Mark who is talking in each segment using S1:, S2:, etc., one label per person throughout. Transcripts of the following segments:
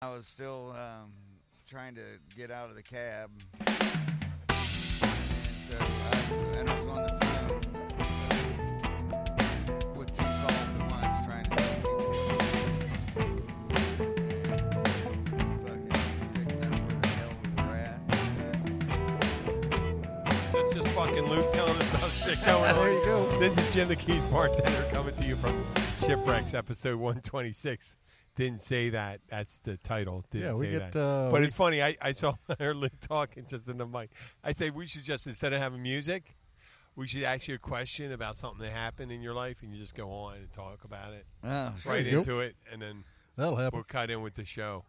S1: I was still um, trying to get out of the cab. And so I, and I was on the phone with two calls at once trying to fucking figure out where the hell we were at.
S2: That's just fucking Luke telling us about shit going on.
S1: you go.
S2: This is Jim the Keys bartender coming to you from Shipwrecks, episode 126. Didn't say that. That's the title. Didn't
S3: Yeah, we
S2: say
S3: get,
S2: that.
S3: uh,
S2: but
S3: we-
S2: it's funny. I, I saw her Luke talking just in the mic. I say we should just instead of having music, we should ask you a question about something that happened in your life, and you just go on and talk about it
S1: Oh,
S2: right
S3: you go.
S2: into it, and then
S3: That'll happen.
S2: we'll cut in with the show.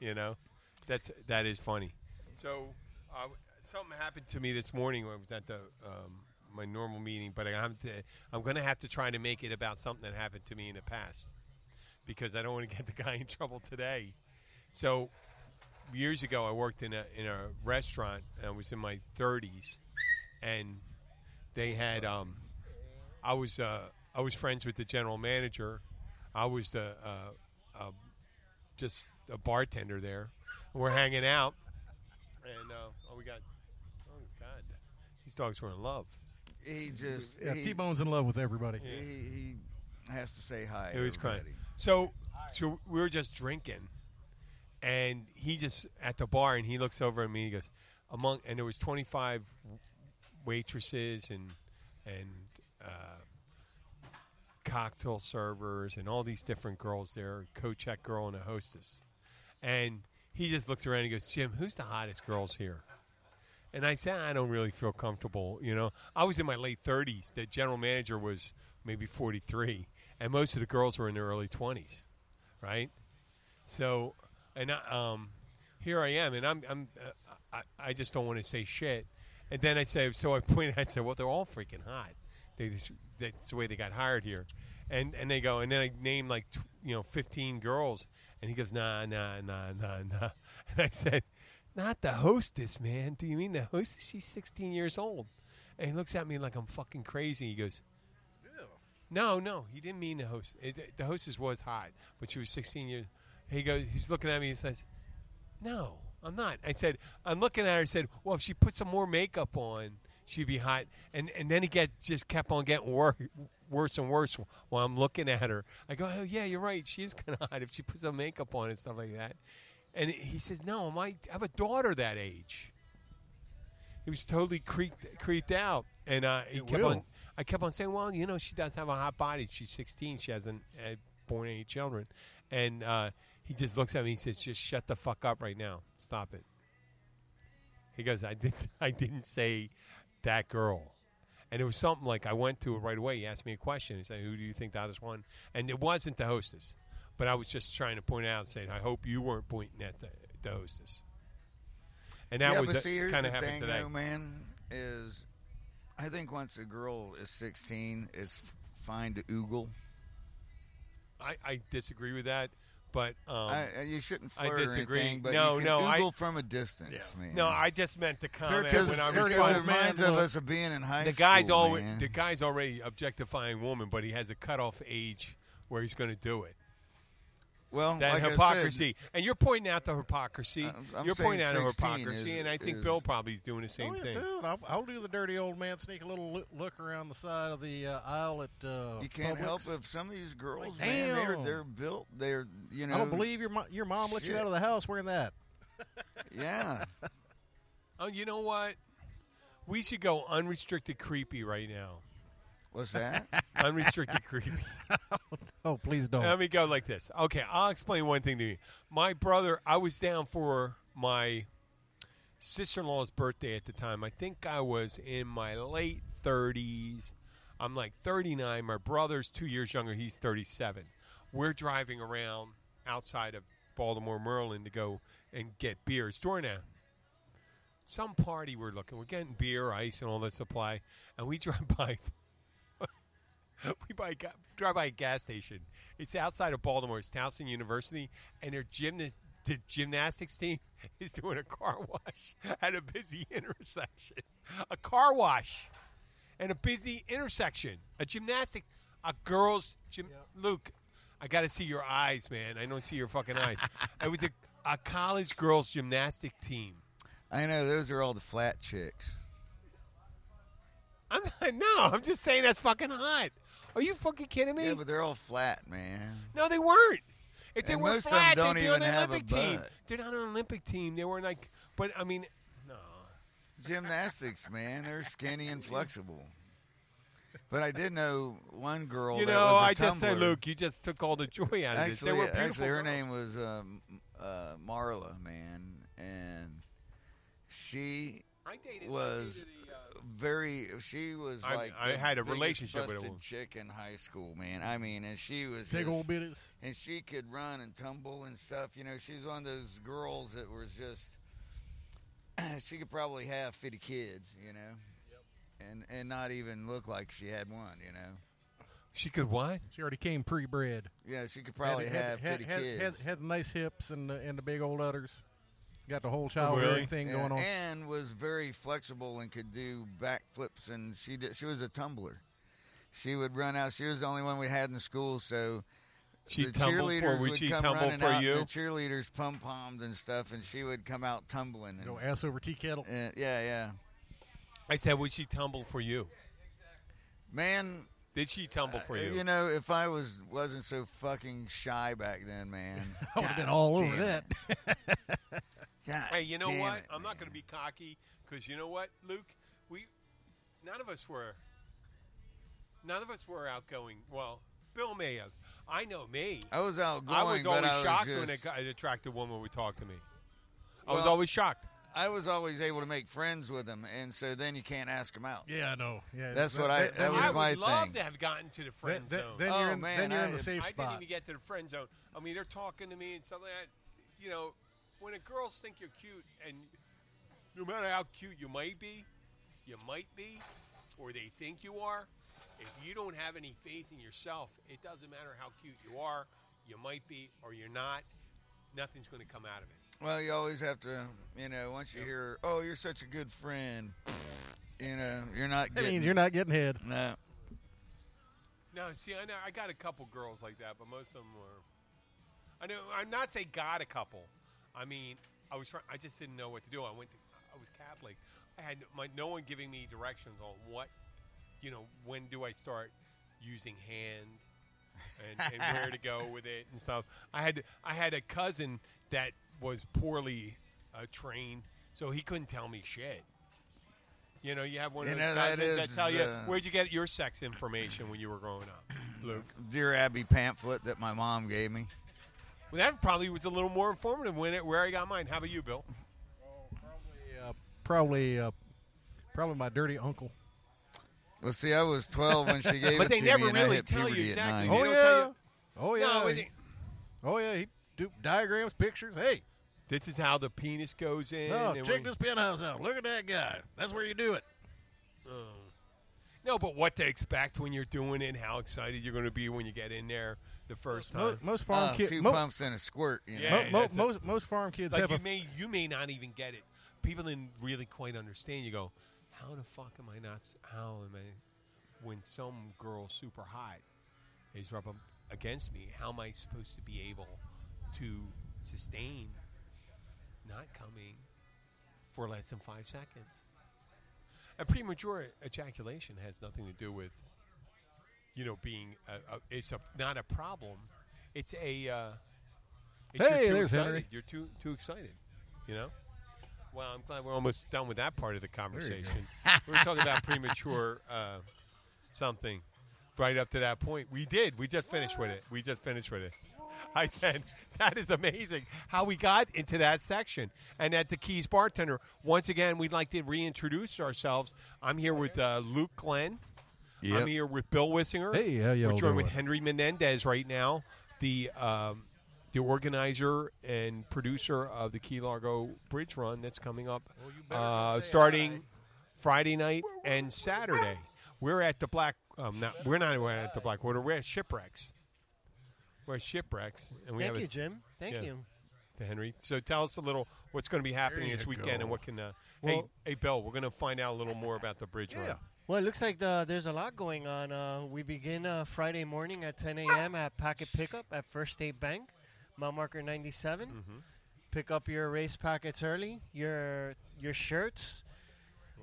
S2: You know, that's that is funny. So uh, something happened to me this morning. when I was at the um, my normal meeting, but I, I'm to, I'm going to have to try to make it about something that happened to me in the past because I don't want to get the guy in trouble today. So years ago, I worked in a in a restaurant. And I was in my 30s, and they had um, I was uh, I was friends with the general manager. I was the uh, uh, just a bartender there. We're hanging out, and uh, oh, we got oh god, these dogs were in love.
S1: He just
S3: Yeah,
S1: he,
S3: T Bone's in love with everybody.
S1: he he has to say hi.
S2: It was crying.
S1: everybody.
S2: So, so we were just drinking, and he just at the bar, and he looks over at me. He goes, "Among," and there was twenty five waitresses and and uh, cocktail servers and all these different girls there, co-check girl and a hostess. And he just looks around and he goes, "Jim, who's the hottest girls here?" And I said, I don't really feel comfortable. You know, I was in my late 30s. The general manager was maybe 43, and most of the girls were in their early 20s, right? So, and I, um, here I am, and I'm, I'm uh, I, I just don't want to say shit. And then I say, so I point, I said, well, they're all freaking hot. They just, that's the way they got hired here. And and they go, and then I name like tw- you know 15 girls, and he goes, nah, nah, nah, nah, nah. And I said, not the hostess, man. Do you mean the hostess? She's 16 years old. And he looks at me like I'm fucking crazy. He goes, no, no, he didn't mean the host. It, the hostess was hot, but she was 16 years. He goes, he's looking at me and says, "No, I'm not." I said, "I'm looking at her." I said, "Well, if she put some more makeup on, she'd be hot." And and then he get just kept on getting wor- worse and worse while I'm looking at her. I go, "Oh yeah, you're right. She is kind of hot if she puts some makeup on and stuff like that." And he says, "No, my, I have a daughter that age." He was totally creeped creeped out, and uh, he
S3: It
S2: kept
S3: will.
S2: on. I kept on saying, "Well, you know, she does have a hot body. She's 16. She hasn't uh, born any children." And uh, he just looks at me. He says, "Just shut the fuck up right now. Stop it." He goes, "I did. I didn't say that girl." And it was something like I went to it right away. He asked me a question. He said, "Who do you think that is one?" And it wasn't the hostess, but I was just trying to point out and saying, "I hope you weren't pointing at the, the hostess." And that
S1: yeah,
S2: was
S1: but see, here's
S2: kind
S1: the
S2: of happened
S1: thing,
S2: today.
S1: though, man. Is I think once a girl is 16, it's f- fine to oogle.
S2: I, I disagree with that, but um,
S1: I, I- you shouldn't
S2: I
S1: flirt
S2: disagree.
S1: or anything, but
S2: No,
S1: you can
S2: no, I-
S1: oogle from a distance, man.
S2: no, I just meant the comment
S1: because
S2: when I
S1: it
S3: old
S2: responded.
S3: man
S1: reminds of
S3: look.
S1: us of being in high
S2: The
S1: school.
S2: guy's always
S1: man.
S2: the guy's already objectifying woman, but he has a cutoff age where he's going to do it.
S1: well,
S2: That
S1: like I said,
S2: hypocrisy, and you're pointing out the hypocrisy.
S1: I'm- I'm
S2: you're pointing out
S1: saying
S2: the
S1: 16
S2: hypocrisy,
S1: is-
S2: and I think
S1: is-
S2: Bill probably is doing the same
S3: oh, yeah,
S2: thing.
S3: dude, I'll, I'll do the dirty old man. Sneak a little loo- look around the side of the uh, aisle at. Uh,
S1: you can't
S3: Publix.
S1: help if some of these girls,
S3: Like,
S1: man, they're
S3: damn.
S1: they're built. They're you know.
S3: I don't believe your mo- your mom let you
S1: Shit.
S3: out of the house wearing that.
S1: Yeah,
S2: Oh, you know what? We should go unrestricted creepy right now.
S1: what's that?
S2: Unrestricted creepy.
S3: Oh, please don't.
S2: Let me go like this. Okay, I'll explain one thing to you. My brother, I was down for my sister in law's birthday at the time. I think I was in my late 30s. I'm like 39. My brother's two years younger. He's 37. We're driving around outside of Baltimore, Maryland to go and get beers during a some party we're looking. We're getting beer, ice, and all that supply. And we drive by we buy ga- drive by a gas station. It's outside of Baltimore. It's Towson University, and their gymnast the gymnastics team is doing a car wash at a busy intersection. A car wash and a busy intersection. A gymnastic, a girls' gym. Luke, I got to see your eyes, man. I don't see your fucking eyes. it was a a college girls gymnastic team.
S1: I know those are all the flat chicks.
S2: I'm not, no, I'm just saying that's fucking hot. Are you fucking kidding me?
S1: Yeah, but they're all flat, man.
S2: no, they weren't. If they
S1: And
S2: were
S1: most of
S2: flat,
S1: them don't
S2: they'd be on
S1: even
S2: the
S1: have a
S2: Olympic team.
S1: butt.
S2: They're not on an Olympic team. They weren't like, but I mean, no.
S1: Gymnastics, man. They're skinny and flexible. But I did know one girl.
S2: you
S1: that
S2: know,
S1: was a
S2: I just said,
S1: tumbler.
S2: Luke, you just took all the joy out of this. They
S1: Actually,
S2: were beautiful.
S1: actually, her
S2: girls.
S1: name was um, uh, Marla, man, and she
S2: I dated,
S1: was
S2: I dated a, uh,
S1: very. She was
S2: I-
S1: like
S2: I
S1: the
S2: had a
S1: biggest
S2: relationship with a
S1: busted
S2: woman.
S1: chick in high school, man. I mean, and she was
S3: Big
S1: just-
S3: old bitties.
S1: and she could run and tumble and stuff. You know, she's one of those girls that was just. she could probably have fifty kids, you know, and and not even look like she had one, you know.
S2: she could what?
S3: She already came pre-bred.
S1: Yeah, she could probably have
S3: had,
S1: fifty
S3: had,
S1: kids.
S3: Had, had the nice hips and the, and the big old udders. Got the whole child
S2: really?
S3: rearing thing going on.
S1: And was very flexible and could do backflips. And she did, she was a tumbler. She would run out. She was the only one we had in school, so
S2: She
S1: the
S2: tumbled for?
S1: cheerleaders
S2: Would
S1: would
S2: she
S1: come
S2: tumble
S1: running
S2: for
S1: out, and
S2: you?
S1: The cheerleaders pom pommed and stuff, and she would come out tumbling. And,
S3: Go ass over tea kettle.
S1: and- yeah, yeah.
S2: I said, would she tumble for you?
S1: Man,
S2: Did she tumble for you?
S1: Uh, you know, if I was wasn't so fucking shy back then, man,
S3: I would have been all over that.
S1: God
S2: hey, you know
S1: damn
S2: what?
S1: it,
S2: I'm not
S1: man.
S2: going to be cocky because you know what, Luke? We none of us were. None of us were outgoing. Well, Bill may have. I know me.
S1: I was outgoing.
S2: I was always
S1: but I was
S2: shocked
S1: just,
S2: when a, gu- an attractive woman would talk to me. I was
S1: Well-
S2: always shocked.
S1: I was always able to make friends with them, and so then you can't ask them out.
S3: Yeah, I know. Yeah,
S1: That's what I- that was
S2: I would
S1: my
S2: love
S1: thing.
S2: to have gotten to the
S3: Then,
S2: friend
S3: then,
S2: zone.
S3: then
S1: Oh,
S3: you're in,
S1: man,
S3: then you're in
S1: I-
S3: the safe
S2: I
S3: spot.
S2: didn't even get to the friend zone. I mean, they're talking to me and stuff like that. You know, when the girls think you're cute, and no matter how cute you might be, you might be, or they think you are, if you don't have any faith in yourself, it doesn't matter how cute you are, you might be, or you're not, nothing's going to come out of it.
S1: Well, you always have to, you know, once you hear, oh, you're such a good friend, you know, you're not
S3: that
S1: getting.
S3: means you're not getting head.
S1: No.
S2: No, see, I know I got a couple girls like that, but most of them were. I know I'm not saying got a couple. I mean, I was trying, I just didn't know what to do. I went to, I was Catholic. I had my no one giving me directions on what, you know, when do I start using hand and, and where to go with it and stuff. I had I had a cousin that was poorly uh, trained, so he couldn't tell me shit. You know, you have one
S1: You
S2: of
S1: know,
S2: those
S1: that
S2: cousins
S1: is,
S2: that tell you
S1: uh,
S2: where'd you get your sex information when you were growing up, Luke.
S1: Dear Abby pamphlet that my mom gave me.
S2: Well, that probably was a little more informative when it, where I got mine. How about you, Bill?
S3: Probably, uh, probably, uh, probably my dirty uncle.
S1: Well, see, I was 12 when she gave
S2: But
S1: it
S2: they
S1: to
S2: never
S1: me, and
S2: really
S1: I hit
S2: tell you
S1: puberty
S2: exactly
S1: at
S2: They
S1: nine.
S2: what- don't tell you-
S3: oh yeah,
S2: No,
S3: oh
S2: I
S3: yeah,
S2: think-
S3: he, oh yeah. He do diagrams, pictures. Hey,
S2: this is how the penis goes in.
S3: no,
S2: and
S3: check
S2: we-
S3: this penthouse out. Look at that guy. That's where you do it.
S2: No, but what to expect when you're doing it, how excited you're going to be when you get in there the first time.
S3: Most, most farm
S1: Oh,
S3: kids,
S1: two
S3: mo-
S1: pumps and a squirt. You know?
S2: Yeah.
S3: mo- mo-
S2: that's it.
S3: most most farm kids
S2: like
S3: have
S2: you
S3: a
S2: may you may not even get it. People didn't really quite understand. You go, how the fuck am I not? How am I? When some girl super hot is rubbing against me, how am I supposed to be able to sustain not coming for less than five seconds? A premature ejaculation has nothing to do with you know being a, a, it's a, not a problem. It's a uh, it's
S3: Hey,
S2: you're too
S3: there's
S2: excited.
S3: Henry.
S2: You're too too excited. You know. Well, I'm glad we're almost done with that part of the conversation. we were talking about premature uh, something right up to that point. We did. We just finished with it. We just finished with it. I said, that is amazing how we got into that section. And at the Keys Bartender, once again, we'd like to reintroduce ourselves. I'm here with uh, Luke Glenn. I'm here with Bill Wissinger.
S3: Hey, how y'all
S2: We're joined with
S3: doing?
S2: Henry Menendez right now, the um, the organizer and producer of the Key Largo Bridge Run that's coming up, uh, starting Friday night and Saturday. We're at the Black. Um, not, we're not at the Blackwater. We're at Shipwrecks. We're at Shipwrecks, and we
S4: Thank
S2: have
S4: you,
S2: it
S4: Jim. Thank
S2: yeah.
S4: you.
S2: to Henry. So tell us a little what's going to be happening
S3: There
S2: this
S3: you
S2: weekend,
S3: go.
S2: and what can. Uh,
S4: Well-
S2: hey, hey, Bill, we're going to find out a little more about the Bridge Run.
S3: Yeah.
S4: Well, it looks like the, there's a lot going on. Uh, we begin uh, Friday morning
S2: Mm-hmm.
S4: at 10 a.m. at Packet Pickup at First State Bank, mile marker 97. Pick up your race packets early, your your shirts.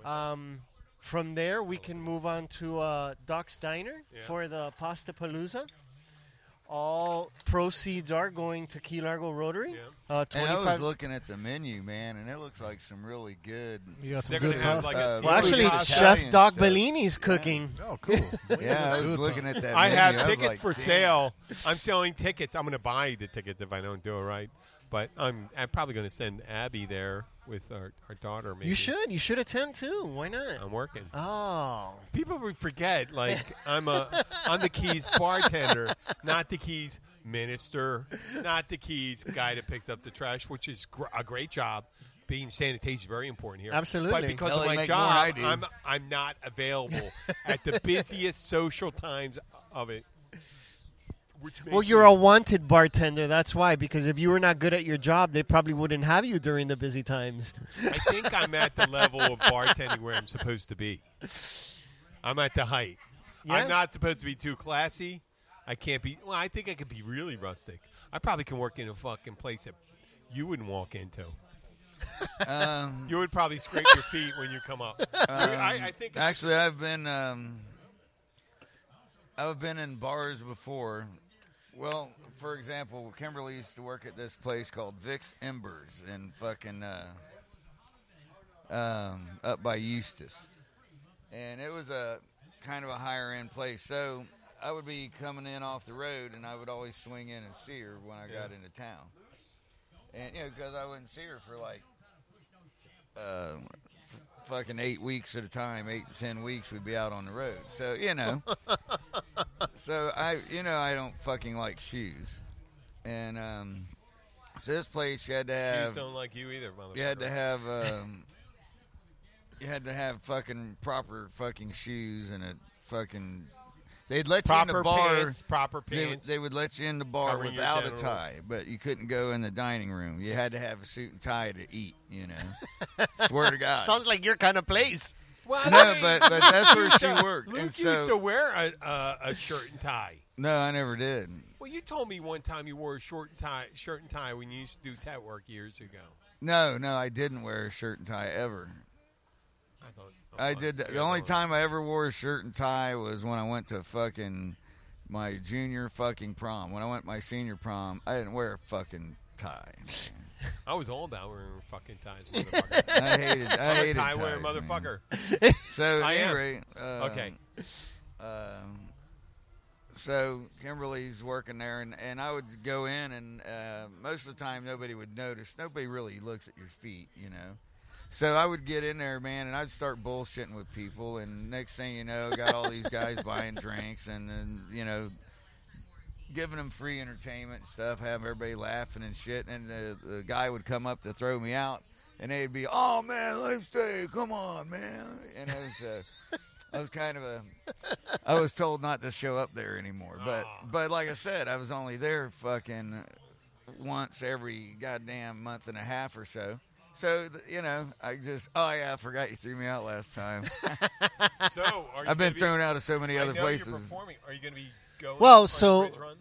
S4: Um, from there, we can move on to uh, Doc's Diner
S2: Yeah.
S4: for the Pasta Palooza. All proceeds are going to Key Largo Rotary.
S2: Yeah.
S4: Uh,
S1: And I was
S4: 25
S1: looking at the menu, man, and it looks like some really good.
S3: You got some
S2: They're
S3: good
S2: gonna have,
S3: pasta.
S2: like,
S1: uh,
S2: a
S4: well, actually,
S1: really good
S4: Chef
S1: Italian
S4: Doc
S1: stuff.
S4: Bellini's cooking.
S3: oh, cool.
S1: Yeah, I was looking at that.
S2: I
S1: menu.
S2: have
S1: was
S2: tickets
S1: like,
S2: for
S1: "Damn."
S2: sale. I'm selling tickets. I'm going to buy the tickets if I don't do it right. But I'm, I'm probably going to send Abby there with our, our daughter. Maybe
S4: You should. You should attend too. Why not?
S2: I'm working.
S4: Oh.
S2: People would forget like I'm a I'm the keys bartender, not the keys minister, not the keys guy that picks up the trash, which is gr- a great job. Being sanitation is very important here.
S4: Absolutely.
S2: but because
S1: Hell, they
S2: of my
S1: make more than I
S2: job,
S1: do.
S2: I'm I'm not available at the busiest social times of it. Which
S4: Well,
S2: makes
S4: you're
S2: me-
S4: a wanted bartender. That's why. Because if you were not good at your job, they probably wouldn't have you during the busy times.
S2: I think I'm at the level of bartending where I'm supposed to be. I'm at the height.
S4: Yeah.
S2: I'm not supposed to be too classy. I can't be. Well, I think I could be really rustic. I probably can work in a fucking place that you wouldn't walk into.
S1: Um,
S2: You would probably scrape your feet when you come up. I, I think
S1: Actually, I've been um, I've been in bars before. Well, for example, Kimberly used to work at this place called Vic's Embers in fucking uh, um, up by Eustis, and it was a kind of a higher end place. So I would be coming in off the road, and I would always swing in and see her when I
S2: Yeah.
S1: got into town, and you know because I wouldn't see her for like. Uh, fucking eight weeks at a time, eight to ten weeks, we'd be out on the road. So you know, so I, you know, I don't fucking like shoes, and um, so this place you had to
S2: shoes
S1: have,
S2: don't like you either, motherfucker.
S1: you had to have, um, you had to have fucking proper fucking shoes and a fucking. They'd let you in
S2: proper
S1: the bar.
S2: pants. Proper
S1: They,
S2: pants.
S1: they would let you in the bar
S2: Covering your
S1: without a
S2: genitals.
S1: tie, but you couldn't go in the dining room. You had to have a suit and tie to eat. You know, swear to God.
S4: like your kind of place.
S2: well, I
S1: No,
S2: mean,
S1: but, but that's where she worked.
S2: Luke
S1: and
S2: used
S1: so,
S2: to wear a, a, a shirt and tie.
S1: no, I never did.
S2: Well, you told me one time you wore a short and tie, shirt and tie when you used to do tat work years ago.
S1: No, no, I didn't wear a shirt and tie ever.
S2: I thought
S1: I did. The only time I ever wore a shirt and tie was when I went to fucking my junior fucking prom. When I went my senior prom, I didn't wear a fucking tie.
S2: I was all about wearing fucking ties, motherfucker.
S1: I hated. I
S2: I'm a
S1: hated
S2: tie
S1: ties,
S2: wearing
S1: man.
S2: motherfucker.
S1: So
S2: I am.
S1: anyway, um,
S2: Okay.
S1: um, so Kimberly's working there, and, and I would go in, and uh, most of the time nobody would notice. Nobody really looks at your feet, you know. So I would get in there, man, and I'd start bullshitting with people, and next thing you know, got all these guys buying drinks, and then you know, giving them free entertainment and stuff, having everybody laughing and shit, and the the guy would come up to throw me out, and they'd be, "Oh man, let him stay, come on, man," and it was. Uh, I was kind of a. I was told not to show up there anymore, but
S2: Aw.
S1: but like I said, I was only there fucking once every goddamn month and a half or so. So th- you know, I just oh yeah, I forgot you threw me out last time.
S2: So, are you
S1: I've been
S2: gonna be-
S1: thrown out of so many
S2: I
S1: other
S2: know
S1: places.
S2: You're performing. Are you going to be going?
S4: Well,
S2: on the
S4: so-
S2: bridge run,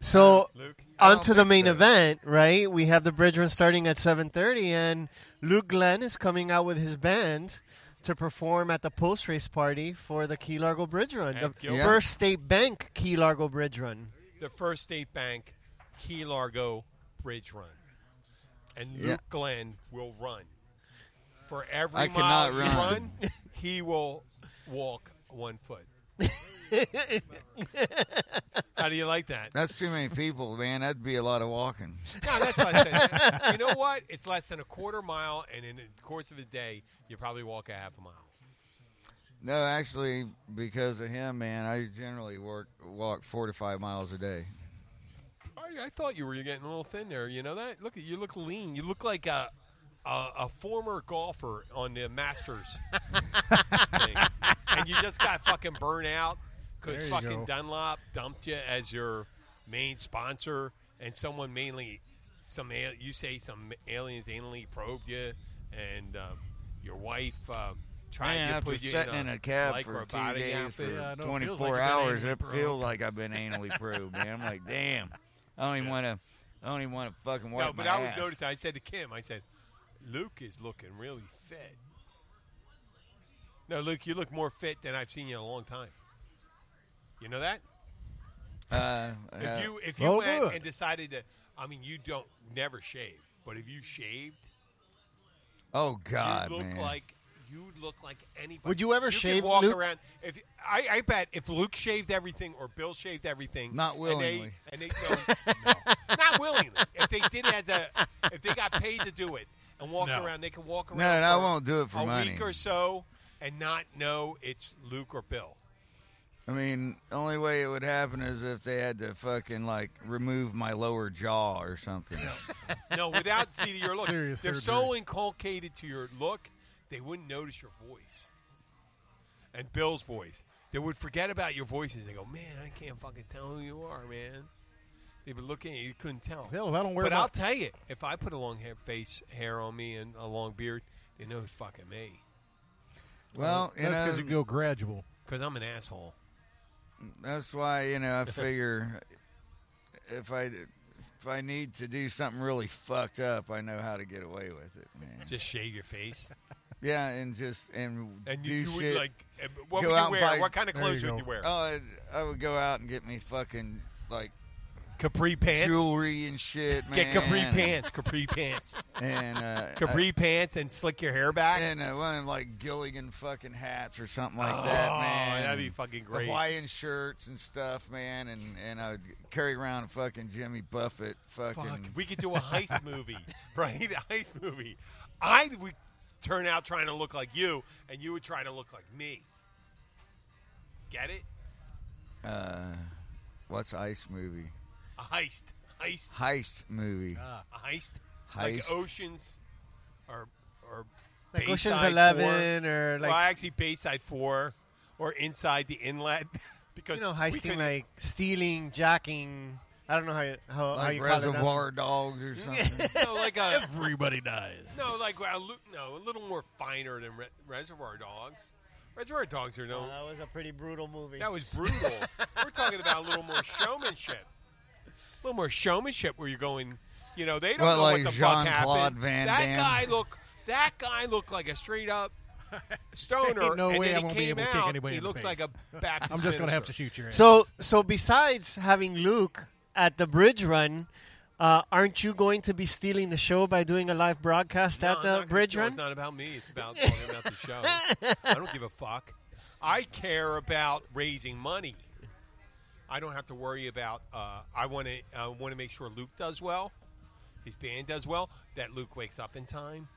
S4: So
S2: Luke.
S1: I
S4: on
S1: don't
S4: to the
S1: think
S4: main
S1: so.
S4: event, right? We have the bridge run starting at 7:30, and Luke Glenn is coming out with his band to perform at the post race party for the Key Largo Bridge Run,
S2: At
S4: the
S2: Gilbert.
S4: First State Bank Key Largo Bridge Run.
S2: The First State Bank, Key Largo Bridge Run, and Luke
S1: Yeah.
S2: Glenn will run. For every
S1: I
S2: mile
S1: cannot
S2: you
S1: run.
S2: run, he will walk one foot. How do you like that?
S1: That's too many people, man. That'd be a lot of walking.
S2: No, that's less than. you know what? It's less than a quarter mile, and in the course of a day, you probably walk a half a mile.
S1: No, actually, because of him, man, I generally work walk four to five miles a day.
S2: I, I thought you were getting a little thin there. You know that? Look at you. Look lean. You look like a a, a former golfer on the Masters. thing. And you just got fucking burnt out
S3: There
S2: because
S3: you
S2: fucking
S3: go.
S2: Dunlop dumped you as your main sponsor, and someone mainly some al- you say some aliens anally probed you, and um, your wife. Um, Tried
S1: Man,
S2: to
S1: after
S2: put you
S1: sitting
S2: in
S1: in
S2: a,
S1: a cab for
S2: lycra
S1: two
S2: body
S1: days
S2: outfit.
S1: for
S3: Yeah, I know. It feels
S1: 24
S3: like I've been
S1: hours,
S3: anally
S1: it
S3: probed.
S1: feels like I've been anally probed, man. I'm like, damn. I don't even want to. I don't even want to fucking wipe
S2: No, but
S1: my
S2: I was
S1: ass.
S2: noticing. I said to Kim, I said, Luke is looking really fit. No, Luke, you look more fit than I've seen you in a long time. You know that?
S1: Uh, uh,
S2: If you if you
S3: well,
S2: went
S3: good.
S2: and decided to, I mean, you don't never shave, but if you shaved,
S1: oh God,
S2: you look
S1: man.
S2: like you look like anybody.
S4: Would you ever
S2: could
S4: shave,
S2: walk
S4: Luke?
S2: around? If I, I bet if Luke shaved everything or Bill shaved everything,
S1: Not willingly.
S2: and they, and they no, no, not willingly. If they did as a, if they got paid to do it and walked
S3: No.
S2: around, they could walk around.
S1: no, and I
S2: for
S1: won't do it for
S2: a
S1: money.
S2: week or so and not know it's Luke or Bill.
S1: I mean, the only way it would happen is if they had to fucking like remove my lower jaw or something.
S2: No, without see your look,
S3: Serious
S2: they're so
S3: surgery.
S2: inculcated to your look, they wouldn't notice your voice and Bill's voice. They would forget about your voices. They go, man, I can't fucking tell who you are, man. They've been looking at you, you couldn't tell.
S3: Hell, if I don't wear
S2: but
S3: my-
S2: I'll tell you, if I put a long hair, face hair on me and a long beard, they know it's fucking me
S1: Well, you know,
S3: because you go gradual.
S2: because I'm an asshole.
S1: that's why you know I figure if I if I need to do something really fucked up, I know how to get away with it, man.
S2: Just shave your face,
S1: Yeah, and just and,
S2: and
S1: do
S2: you, you
S1: shit.
S2: would like. uh, What
S1: Go
S2: would
S1: out
S2: you
S1: and
S2: wear?
S1: buy-
S2: what kind of
S3: There you
S2: clothes would
S3: go.
S2: you wear?
S1: oh, I, I would go out and get me fucking like
S2: capri pants.
S1: jewelry and shit, man.
S2: Get capri pants. Capri pants.
S1: and uh,
S2: capri pants and slick your hair back.
S1: and uh, one of them, like Gilligan fucking hats or something like
S2: Oh,
S1: that, man.
S2: that'd be
S1: And
S2: fucking great.
S1: Hawaiian shirts and stuff, man, and and I would carry around a fucking Jimmy Buffett fucking.
S2: Fuck, we could do a heist movie, right? A heist movie. I would turn out trying to look like you, and you would try to look like me. Get it?
S1: Uh, what's ice movie?
S2: A heist, heist,
S1: Heist movie.
S4: Uh,
S2: a heist,
S1: Heist.
S2: like Oceans, or or
S4: Like Ocean's
S2: Bayside
S4: 11
S2: Four.
S4: or like-
S2: well, actually Bayside Four, or Inside the Inlet, because
S4: You know,
S2: we
S4: heisting,
S2: could-
S4: like stealing, jacking. I don't know how you, how, how
S1: like
S4: you call it. um,
S1: Reservoir Dogs or something.
S2: no, like a
S3: Everybody dies.
S2: no, like a, lu- no, a little more finer than Re- Reservoir Dogs. Reservoir Dogs are no.
S4: Oh, that was a pretty brutal movie.
S2: That was brutal. We're talking about a little more showmanship. A little more showmanship where you're going, you know, they don't
S1: What,
S2: know
S1: like
S2: what the fuck
S1: Jean-Claude
S2: happened.
S1: Van
S2: that
S1: Damme?
S2: guy look that guy looked like a straight up stoner.
S3: Ain't no
S2: and
S3: way
S2: then
S3: I
S2: he
S3: won't be
S2: came
S3: able to
S2: out,
S3: kick anybody
S2: He
S3: in the
S2: looks like
S3: face.
S2: a Baptist.
S3: I'm just
S2: going
S3: gonna have to shoot your ass.
S4: So, so besides having Luke at the bridge run, uh, aren't you going to be stealing the show by doing a live broadcast
S2: No,
S4: at
S2: I'm
S4: the
S2: not gonna
S4: bridge
S2: steal.
S4: run?
S2: It's not about me. It's about talking about the show. I don't give a fuck. I care about raising money. I don't have to worry about. Uh, I want to. I want to make sure Luke does well. His band does well. That Luke wakes up in time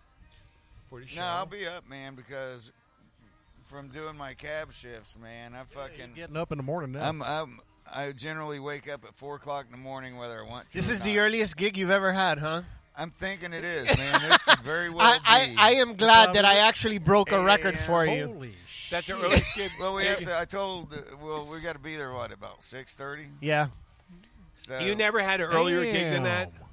S2: for the show.
S1: no, I'll be up, man, because from doing my cab shifts, man, I fucking.
S3: getting up in the morning now.
S1: I'm, I'm, I generally wake up at four o'clock in the morning, whether I want to.
S4: This
S1: or
S4: is
S1: not.
S4: the earliest gig you've ever had, huh?
S1: I'm thinking it is, man. This could very well
S4: I,
S1: be.
S4: I, I am glad that I
S3: Probably.
S4: actually broke a
S1: 8
S4: record
S1: a.m.
S4: for you.
S3: Holy
S2: That's
S3: shit.
S2: the earliest kid.
S1: Well, we have to. I told. uh, Well, we got to be there. What about six thirty?
S4: Yeah.
S1: So
S2: You never had an earlier gig than that.
S3: Damn.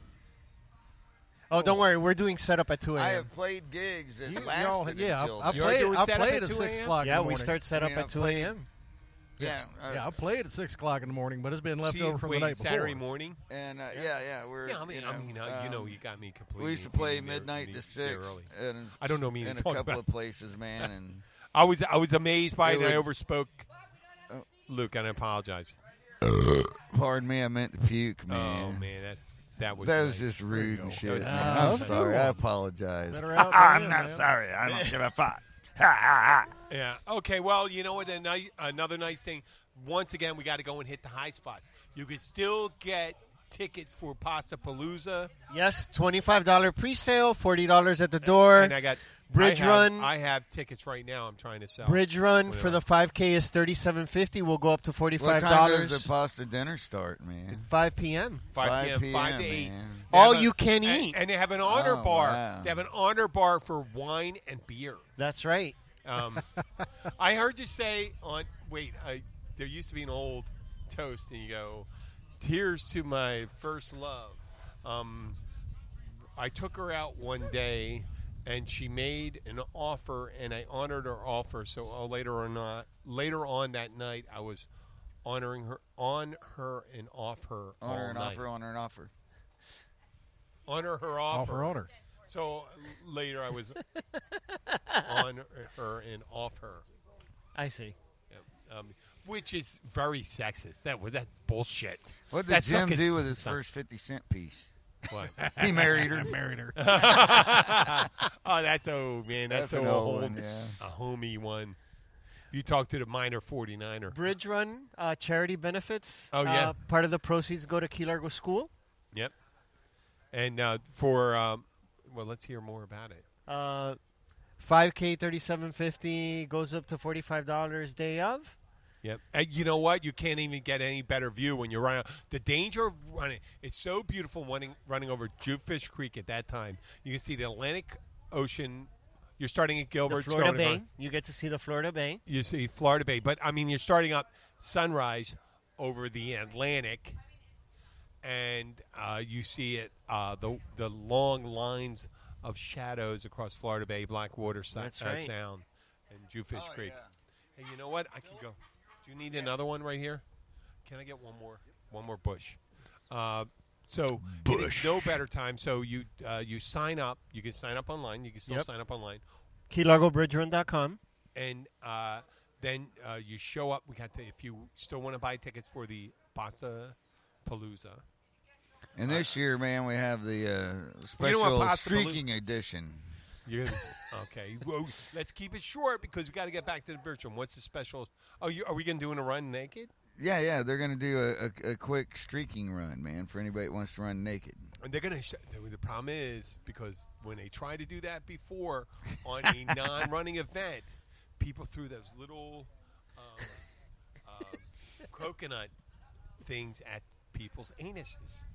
S4: Oh, don't worry. We're doing setup at 2
S1: I
S4: a.m.
S1: have played gigs that
S3: You- y'all-
S1: lasted
S3: yeah,
S1: until.
S3: I, I
S2: You already
S3: played.
S2: were
S3: I
S2: set up
S3: played
S2: at
S3: at
S2: 2
S3: six
S2: a.m.?
S3: o'clock. in
S4: Yeah,
S3: the
S4: we
S3: morning.
S4: start setup
S1: Yeah,
S4: at 2
S1: play-
S4: a.m.
S1: yeah, uh,
S3: Yeah, I played at six o'clock in the morning, but it's been left
S2: See,
S3: over from
S2: wait,
S3: the night before.
S2: Saturday morning.
S1: and uh, yeah, yeah, we're.
S2: Yeah, I mean,
S1: you know,
S2: I mean, uh, you
S1: um,
S2: know, you got me completely.
S1: we used to
S2: You
S1: play
S2: need me- you
S1: midnight
S2: need
S1: to
S2: me there
S1: six.
S2: early.
S1: And
S2: I don't know me to
S1: in a
S2: talk
S1: couple
S2: about.
S1: of places, man, and
S2: I was I was amazed by
S1: It
S2: it. and I
S1: would-
S2: overspoke.
S1: Oh.
S2: Luke, and I apologize.
S1: pardon me, I meant to puke,
S2: Oh
S1: man.
S2: man, that's that was
S1: That was
S2: nice.
S1: just rude and
S2: That
S1: shit,
S2: was
S1: man.
S3: nice.
S1: I'm
S3: That's a good
S1: sorry. I
S3: one.
S1: apologize.
S3: Better out than in, man.
S5: sorry. I don't give a fuck.
S2: yeah. Okay, well, you know what? A ni- another nice thing. Once again, we got to go and hit the high spots. You can still get tickets for Pasta Palooza,
S4: Yes, $25 pre-sale, $40 at the door.
S2: and I got
S4: Bridge
S2: I have-
S4: Run.
S2: I have tickets right now. I'm trying to sell
S4: Bridge run
S2: Whatever.
S4: for the 5K is 37.50. We'll go up to
S1: What time does
S4: $45.
S1: the pasta dinner start, man?
S4: 5 p.m.
S2: five p.m. five to eight.
S1: man.
S2: They have
S4: All
S2: a-
S4: you
S2: and-
S4: can eat.
S2: and they have an honor
S1: Oh,
S2: bar.
S1: wow.
S2: They have an honor bar for wine and beer.
S4: That's right.
S2: Um, I heard you say on wait, I, there used to be an old toast, and you go, "Tears to my first love." Um, I took her out one day, and she made an offer, and I honored her offer. So uh, later or not, later on that night, I was honoring her, on her and off her,
S1: Honor
S2: all
S1: and
S2: night.
S1: offer, honor and offer.
S2: on her, her
S3: Off
S2: offer.
S3: her order.
S2: So later I was on her and off her,
S5: I see.
S2: um, which is very sexist. That that's bullshit.
S1: What did
S2: That's
S1: Jim
S2: not
S1: do with his
S2: consistent.
S1: first fifty cent piece?
S2: What?
S1: He married her.
S3: Married her.
S2: oh, that's old man.
S1: That's
S2: That's, so
S1: an old
S2: old.
S1: one, yeah.
S2: A homie one. You talk to the minor 49er.
S4: Bridge Run uh, charity benefits.
S2: Oh, yeah.
S4: Uh, part of the proceeds go to Key Largo School.
S2: Yep. And uh, for um, well, let's hear more about it.
S4: Uh, 5K, 37.50 goes up to $45 day of.
S2: Yep. And you know what? You can't even get any better view when you're running. The danger of running. It's so beautiful running running over Jewfish Creek at that time. You can see the Atlantic Ocean. You're starting at
S4: The
S2: Gilbert. it's
S4: Florida
S2: going
S4: Bay.
S2: across-
S4: You get to see the Florida Bay.
S2: you see Florida Bay, but I mean you're starting up sunrise over the Atlantic, and uh, you see it uh, the the long lines of shadows across Florida Bay, Blackwater Sa-
S4: That's
S2: uh,
S4: right.
S2: Sound, and Jewfish
S1: Oh,
S2: Creek.
S1: yeah.
S2: Hey, you know what? I could go. Do you need another one right here? Can I get one more? One more bush. Uh, so it is no better time. So you uh, you sign up. You can sign up online. You can still
S4: Yep.
S2: sign up online
S4: KeyLargoBridgeRun.com.
S2: and uh, then uh, you show up. We got to, if you still want to buy tickets for the Pasta Palooza.
S1: And this year, man, we have the uh,
S2: Uh, You know
S1: special
S2: what, possibly-
S1: streaking edition.
S2: okay, well, let's keep it short because we got to get back to the Bertram. What's the special? Oh, you, are we going to do in a run naked?
S1: Yeah, yeah, they're gonna do a, a, a quick streaking run, man, for anybody that wants to run naked.
S2: And they're going to. Sh- the the problem is because when they tried to do that before on a non-running event, people threw those little um, um, coconut things at people's anuses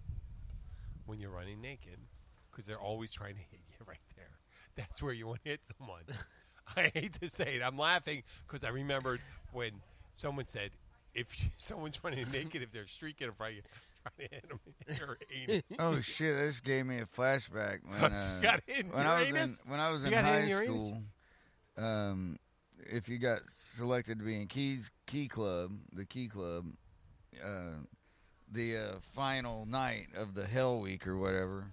S2: when you're running naked because they're always trying to hit you right there. That's where you want to hit someone. I hate to say it. I'm laughing because I remembered when someone said, if someone's running naked, if they're streaking, if I try to hit them in their anus.
S1: Oh shit! This gave me a flashback when uh,
S2: You got hit in
S1: when
S2: your
S1: I was
S2: anus?
S1: in when I was
S2: You
S1: in
S2: got hit
S1: high
S2: in your anus?
S1: school. Um, if you got selected to be in Keys Key Club, the Key Club, uh, the uh, final night of the Hell Week or whatever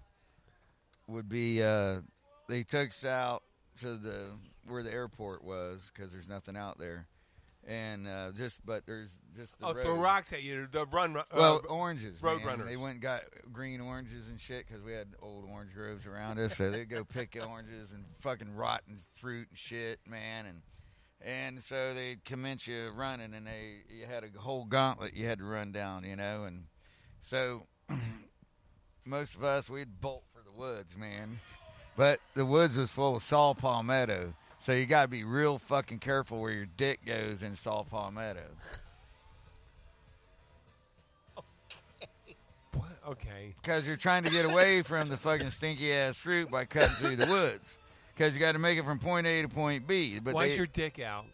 S1: would be uh, they took us out to the where the airport was because there's nothing out there, and uh, just but there's just the
S2: Oh,
S1: road.
S2: throw rocks at you. The run. Uh,
S1: Well, oranges.
S2: Road
S1: man.
S2: Runners.
S1: They went and got green oranges and shit because we had old orange groves around us, so they'd go pick oranges and fucking rotten fruit and shit, man. And and so they'd commence you running, and they you had a whole gauntlet you had to run down, you know. And so most of us we'd bolt for the woods, man. But the woods was full of saw palmetto, so you got to be real fucking careful where your dick goes in saw palmetto.
S2: What? Okay.
S1: Because you're trying to get away from the fucking stinky ass fruit by cutting through the woods. Because you got to make it from point A to point B. But
S2: Why's
S1: they,
S2: your dick out?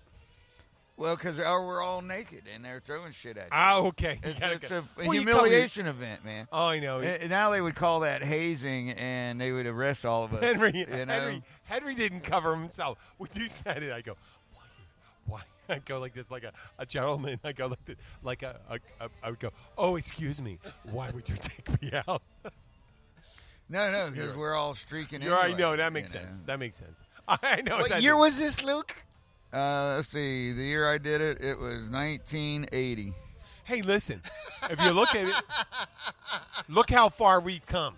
S1: well, because we're all naked and they're throwing shit at you.
S2: Oh, okay. You
S1: it's
S2: gotta
S1: it's
S2: go.
S1: a
S2: Well, you tell me-
S1: humiliation event, man.
S2: Oh, I know.
S1: And now they would call that hazing, and they would arrest all of us.
S2: Henry,
S1: you know?
S2: Henry, Henry didn't cover himself. When you said it, I go, why? why? I go like this, like a, a gentleman. I go like this, like a, a, a. I would go, oh, excuse me. Why would your dick be out?
S1: No, no, because we're all streaking.
S2: You're, I
S1: anyway,
S2: know that
S1: you
S2: makes
S1: know.
S2: sense. That makes sense. I know.
S4: What
S2: that
S4: year
S2: makes-
S4: was this, Luke?
S1: Uh, let's see. The year I did it, it was 1980.
S2: Hey, listen. If you look at it, look how far we've come.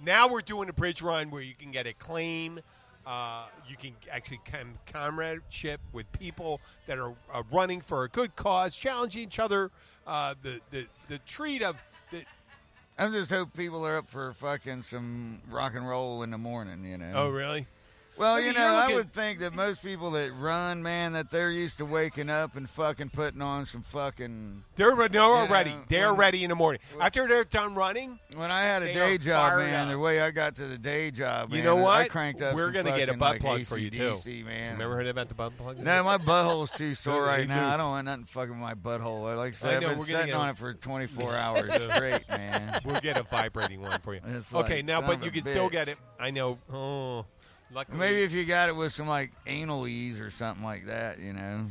S2: Now we're doing a bridge run where you can get acclaim. Uh, you can actually come comradeship with people that are uh, running for a good cause, challenging each other. Uh, the, the the treat of the,
S1: I'm just hope people are up for fucking some rock and roll in the morning. You know.
S2: oh really?
S1: Well,
S2: Maybe
S1: you
S2: you're
S1: know, I
S2: looking-
S1: would think that most people that run, man, that they're used to waking up and fucking putting on some fucking.
S2: They're re- no,
S1: Yeah,
S2: ready. They're
S1: when-
S2: ready in the morning after they're done running.
S1: When I had a
S2: They
S1: day
S2: are
S1: job,
S2: fired
S1: man,
S2: up.
S1: the way I got to the day job,
S2: You
S1: man,
S2: know
S1: I
S2: what?
S1: cranked up.
S2: We're
S1: going to
S2: gonna get a butt
S1: like,
S2: plug for you too.
S1: AC, man.
S2: Remember heard about the butt plug?
S1: No, my butthole's too sore right
S2: Dude.
S1: now. I don't want nothing fucking with my butthole. Like I said,
S2: I
S1: I've
S2: know,
S1: been
S2: we're gonna
S1: sitting
S2: get
S1: on
S2: a-
S1: it for 24 hours straight, man.
S2: We'll get a vibrating one for you.
S1: It's
S2: okay,
S1: like,
S2: now,
S1: son
S2: but
S1: of
S2: you
S1: a
S2: can still
S1: bitch.
S2: get it. I know. Oh, luckily,
S1: Maybe if you got it with some like anal ease or something like that, you know.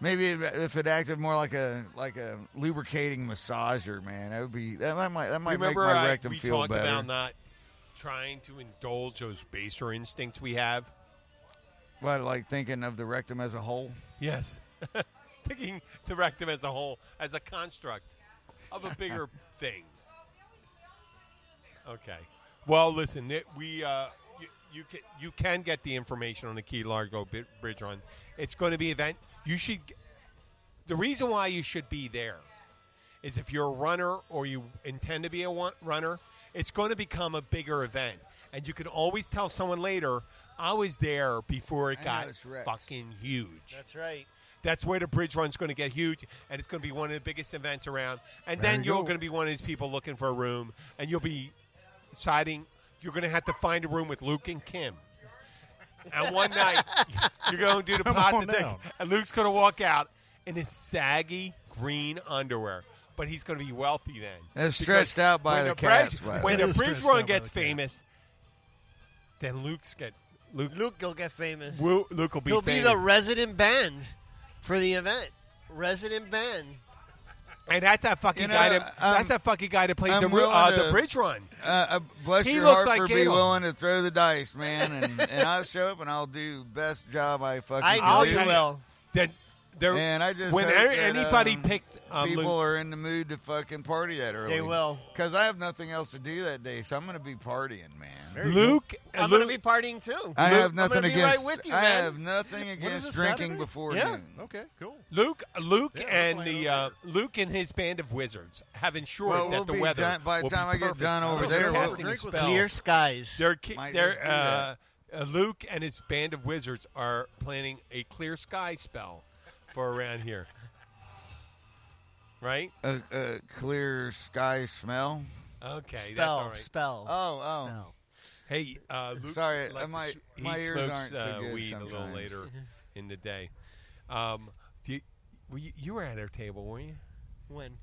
S1: Maybe it- if it acted more like a like a lubricating massager, man, that would be that might- might that might
S2: Remember,
S1: make my
S2: I-
S1: rectum
S2: we
S1: feel
S2: talked
S1: better.
S2: about not trying to indulge those baser instincts we have.
S1: What, like thinking of the rectum as a whole?
S2: Yes, thinking the rectum as a whole, as a construct of a bigger thing. Okay. Well, listen, it, we uh, you, you can you can get the information on the Key Largo Bi- Bridge Run. It's going to be event. You should. g- The reason why you should be there is if you're a runner or you intend to be a wa- runner, it's going to become a bigger event, and you can always tell someone later. I was there before it
S1: I know
S2: got
S1: it's Rex.
S2: fucking huge.
S4: That's right.
S2: That's where the bridge run's going to get huge, and it's going to be one of the biggest events around. And then
S1: There you
S2: you're
S1: go.
S2: going to be one of these people looking for a room, and you'll be siding. You're going to have to find a room with Luke and Kim. And one night, you're going to do the
S3: Come
S2: pasta
S3: on
S2: thing,
S3: down.
S2: and Luke's going to walk out in his saggy green underwear. But he's going to be wealthy then.
S1: That's
S2: Because
S1: stretched out by
S2: when
S1: the
S2: bridge-
S1: cats, by the
S2: When
S3: way.
S2: the
S3: It is
S2: bridge
S3: stretched
S2: run
S3: out by
S2: gets
S3: the cats.
S2: famous, then Luke's get Luke.
S4: Luke will get famous.
S2: Wu- Luke will be
S4: He'll be
S2: famous.
S4: the resident band for the event. Resident band.
S2: And that's that fucking
S1: You know,
S2: guy. That,
S1: I'm-
S2: that's that fucking guy that plays
S1: I'm
S2: the ru- uh,
S1: willing
S2: the
S1: to-
S2: bridge run.
S1: Uh, uh, bless
S2: He
S1: your
S2: looks
S1: heart
S2: like
S1: for be
S2: Gator.
S1: willing to throw the dice, man, and, and I'll show up and I'll do best job I fucking
S4: I
S1: can
S4: know
S1: do.
S4: you will.
S2: That there.
S1: And I just
S2: when
S1: hope
S2: any-
S1: that,
S2: anybody
S1: um,
S2: picked uh,
S1: people
S2: Luke,
S1: are in the mood to fucking party that early.
S4: They will.
S1: Because I have nothing else to do that day, so I'm going to be partying, man.
S4: There you
S2: Luke,
S4: go. I'm
S2: Luke,
S4: gonna be partying too.
S1: I
S2: Luke,
S1: have
S4: I'm gonna
S1: nothing
S4: be
S1: against.
S4: right with you,
S1: I
S4: man.
S1: have nothing
S3: What is
S1: against
S3: this,
S1: drinking
S3: Saturday?
S1: before
S3: Yeah.
S1: noon.
S3: Okay. Cool.
S2: Luke, Luke,
S3: Yeah,
S2: and
S3: we're playing
S2: the uh,
S3: over
S2: Luke and his band of wizards have ensured
S1: Well, we'll
S2: that the
S1: be
S2: weather
S1: done- by the
S2: will be
S1: time I get
S2: perfect.
S1: done over
S2: They're
S1: there, we'll-
S2: casting a
S3: Drink with
S2: spell.
S4: Clear skies.
S2: They're ki-
S1: Might
S2: they're
S1: just do
S2: uh,
S1: that.
S2: uh, Luke and his band of wizards are planning a clear sky spell for around here. Right?
S1: A, a clear sky smell.
S2: Okay,
S4: spell,
S2: that's all right.
S4: spell.
S1: Oh, oh.
S4: Spell.
S2: Hey, uh, Luke.
S1: Sorry,
S2: likes to
S1: my-
S2: s- he
S1: my ears
S2: smokes
S1: aren't so
S2: uh,
S1: good
S2: weed a little
S1: sometimes.
S2: later in the day. Um, do you, were you, you were at our table, weren't you?
S4: When?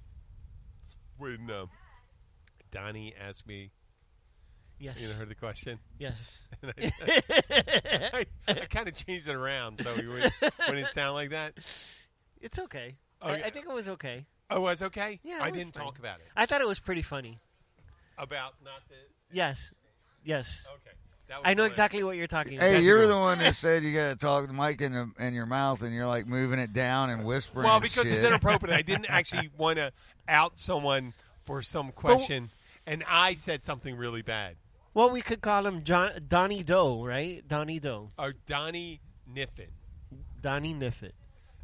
S2: When uh, Donnie asked me,
S4: Yes.
S2: you know, heard the question,
S4: Yes.
S2: and I, I, kind of changed it around so he wouldn't, wouldn't sound like that.
S4: It's okay.
S2: Oh, yeah.
S4: I, I think it was okay.
S2: Oh, was okay.
S4: Yeah,
S2: I
S4: it was
S2: didn't
S4: fine.
S2: talk about it.
S4: I thought it was pretty funny.
S2: About not the
S4: Yes. Yes.
S2: okay. That was
S4: I know
S2: one of-
S4: exactly what you're talking about.
S1: Hey, you're the one that said you got to talk the mic in, the, in your mouth, and you're like moving it down and whispering.
S2: Well,
S1: and
S2: because
S1: shit.
S2: it's inappropriate. I didn't actually want to out someone for some question, and I said something really bad.
S4: Well, we could call him John, Donnie Doe, right? Donnie Doe.
S2: Or Donnie Niffin.
S4: Donnie Niffin.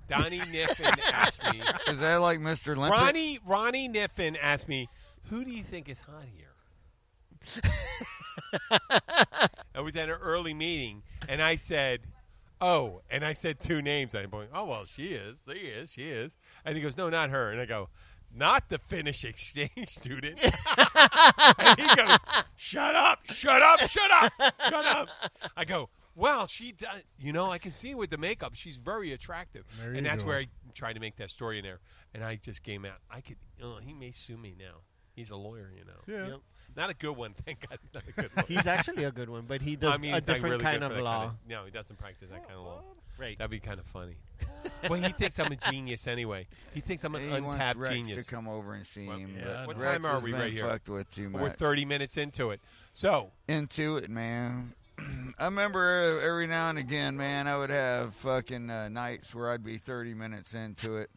S2: Donnie Niffin asked me.
S1: Is that like Mr. Limpet?
S2: Ronnie Ronnie Niffin asked me, "Who do you think is hot here?" I was at an early meeting, and I said, "Oh," and I said two names. I'm going, "Oh well, she is. She is. She is." And he goes, "No, not her." And I go, "Not the Finnish exchange student." and he goes, "Shut up! Shut up! Shut up! Shut up!" I go, "Well, she does. You know, I can see with the makeup, she's very attractive."
S3: There
S2: and
S3: you
S2: that's
S3: go.
S2: where I tried to make that story in there, and I just came out. I could. Oh, he may sue me now. He's a lawyer, you know.
S3: Yeah.
S4: Yep.
S2: Not a good one. Thank God, he's not a good lawyer.
S4: He's actually a good one, but he does
S2: I mean,
S4: a
S2: he's not
S4: different
S2: really
S4: kind
S2: good for
S4: of
S2: that
S4: law.
S2: Kind of, no, he doesn't practice that kind of law.
S4: Right.
S2: That'd be kind of funny. well, he thinks I'm a genius anyway. He thinks I'm an
S1: he wants
S2: untapped
S1: Rex
S2: genius.
S1: to come over and see
S2: Well,
S1: him.
S3: yeah,
S1: but
S3: I What
S2: know.
S1: Rex
S2: time are
S1: has
S2: we
S1: been
S2: right here?
S1: Fucked with too much.
S2: We're 30 minutes into it. So,
S1: into it, man. I remember every now and again, man, I would have fucking uh, nights where I'd be 30 minutes into it.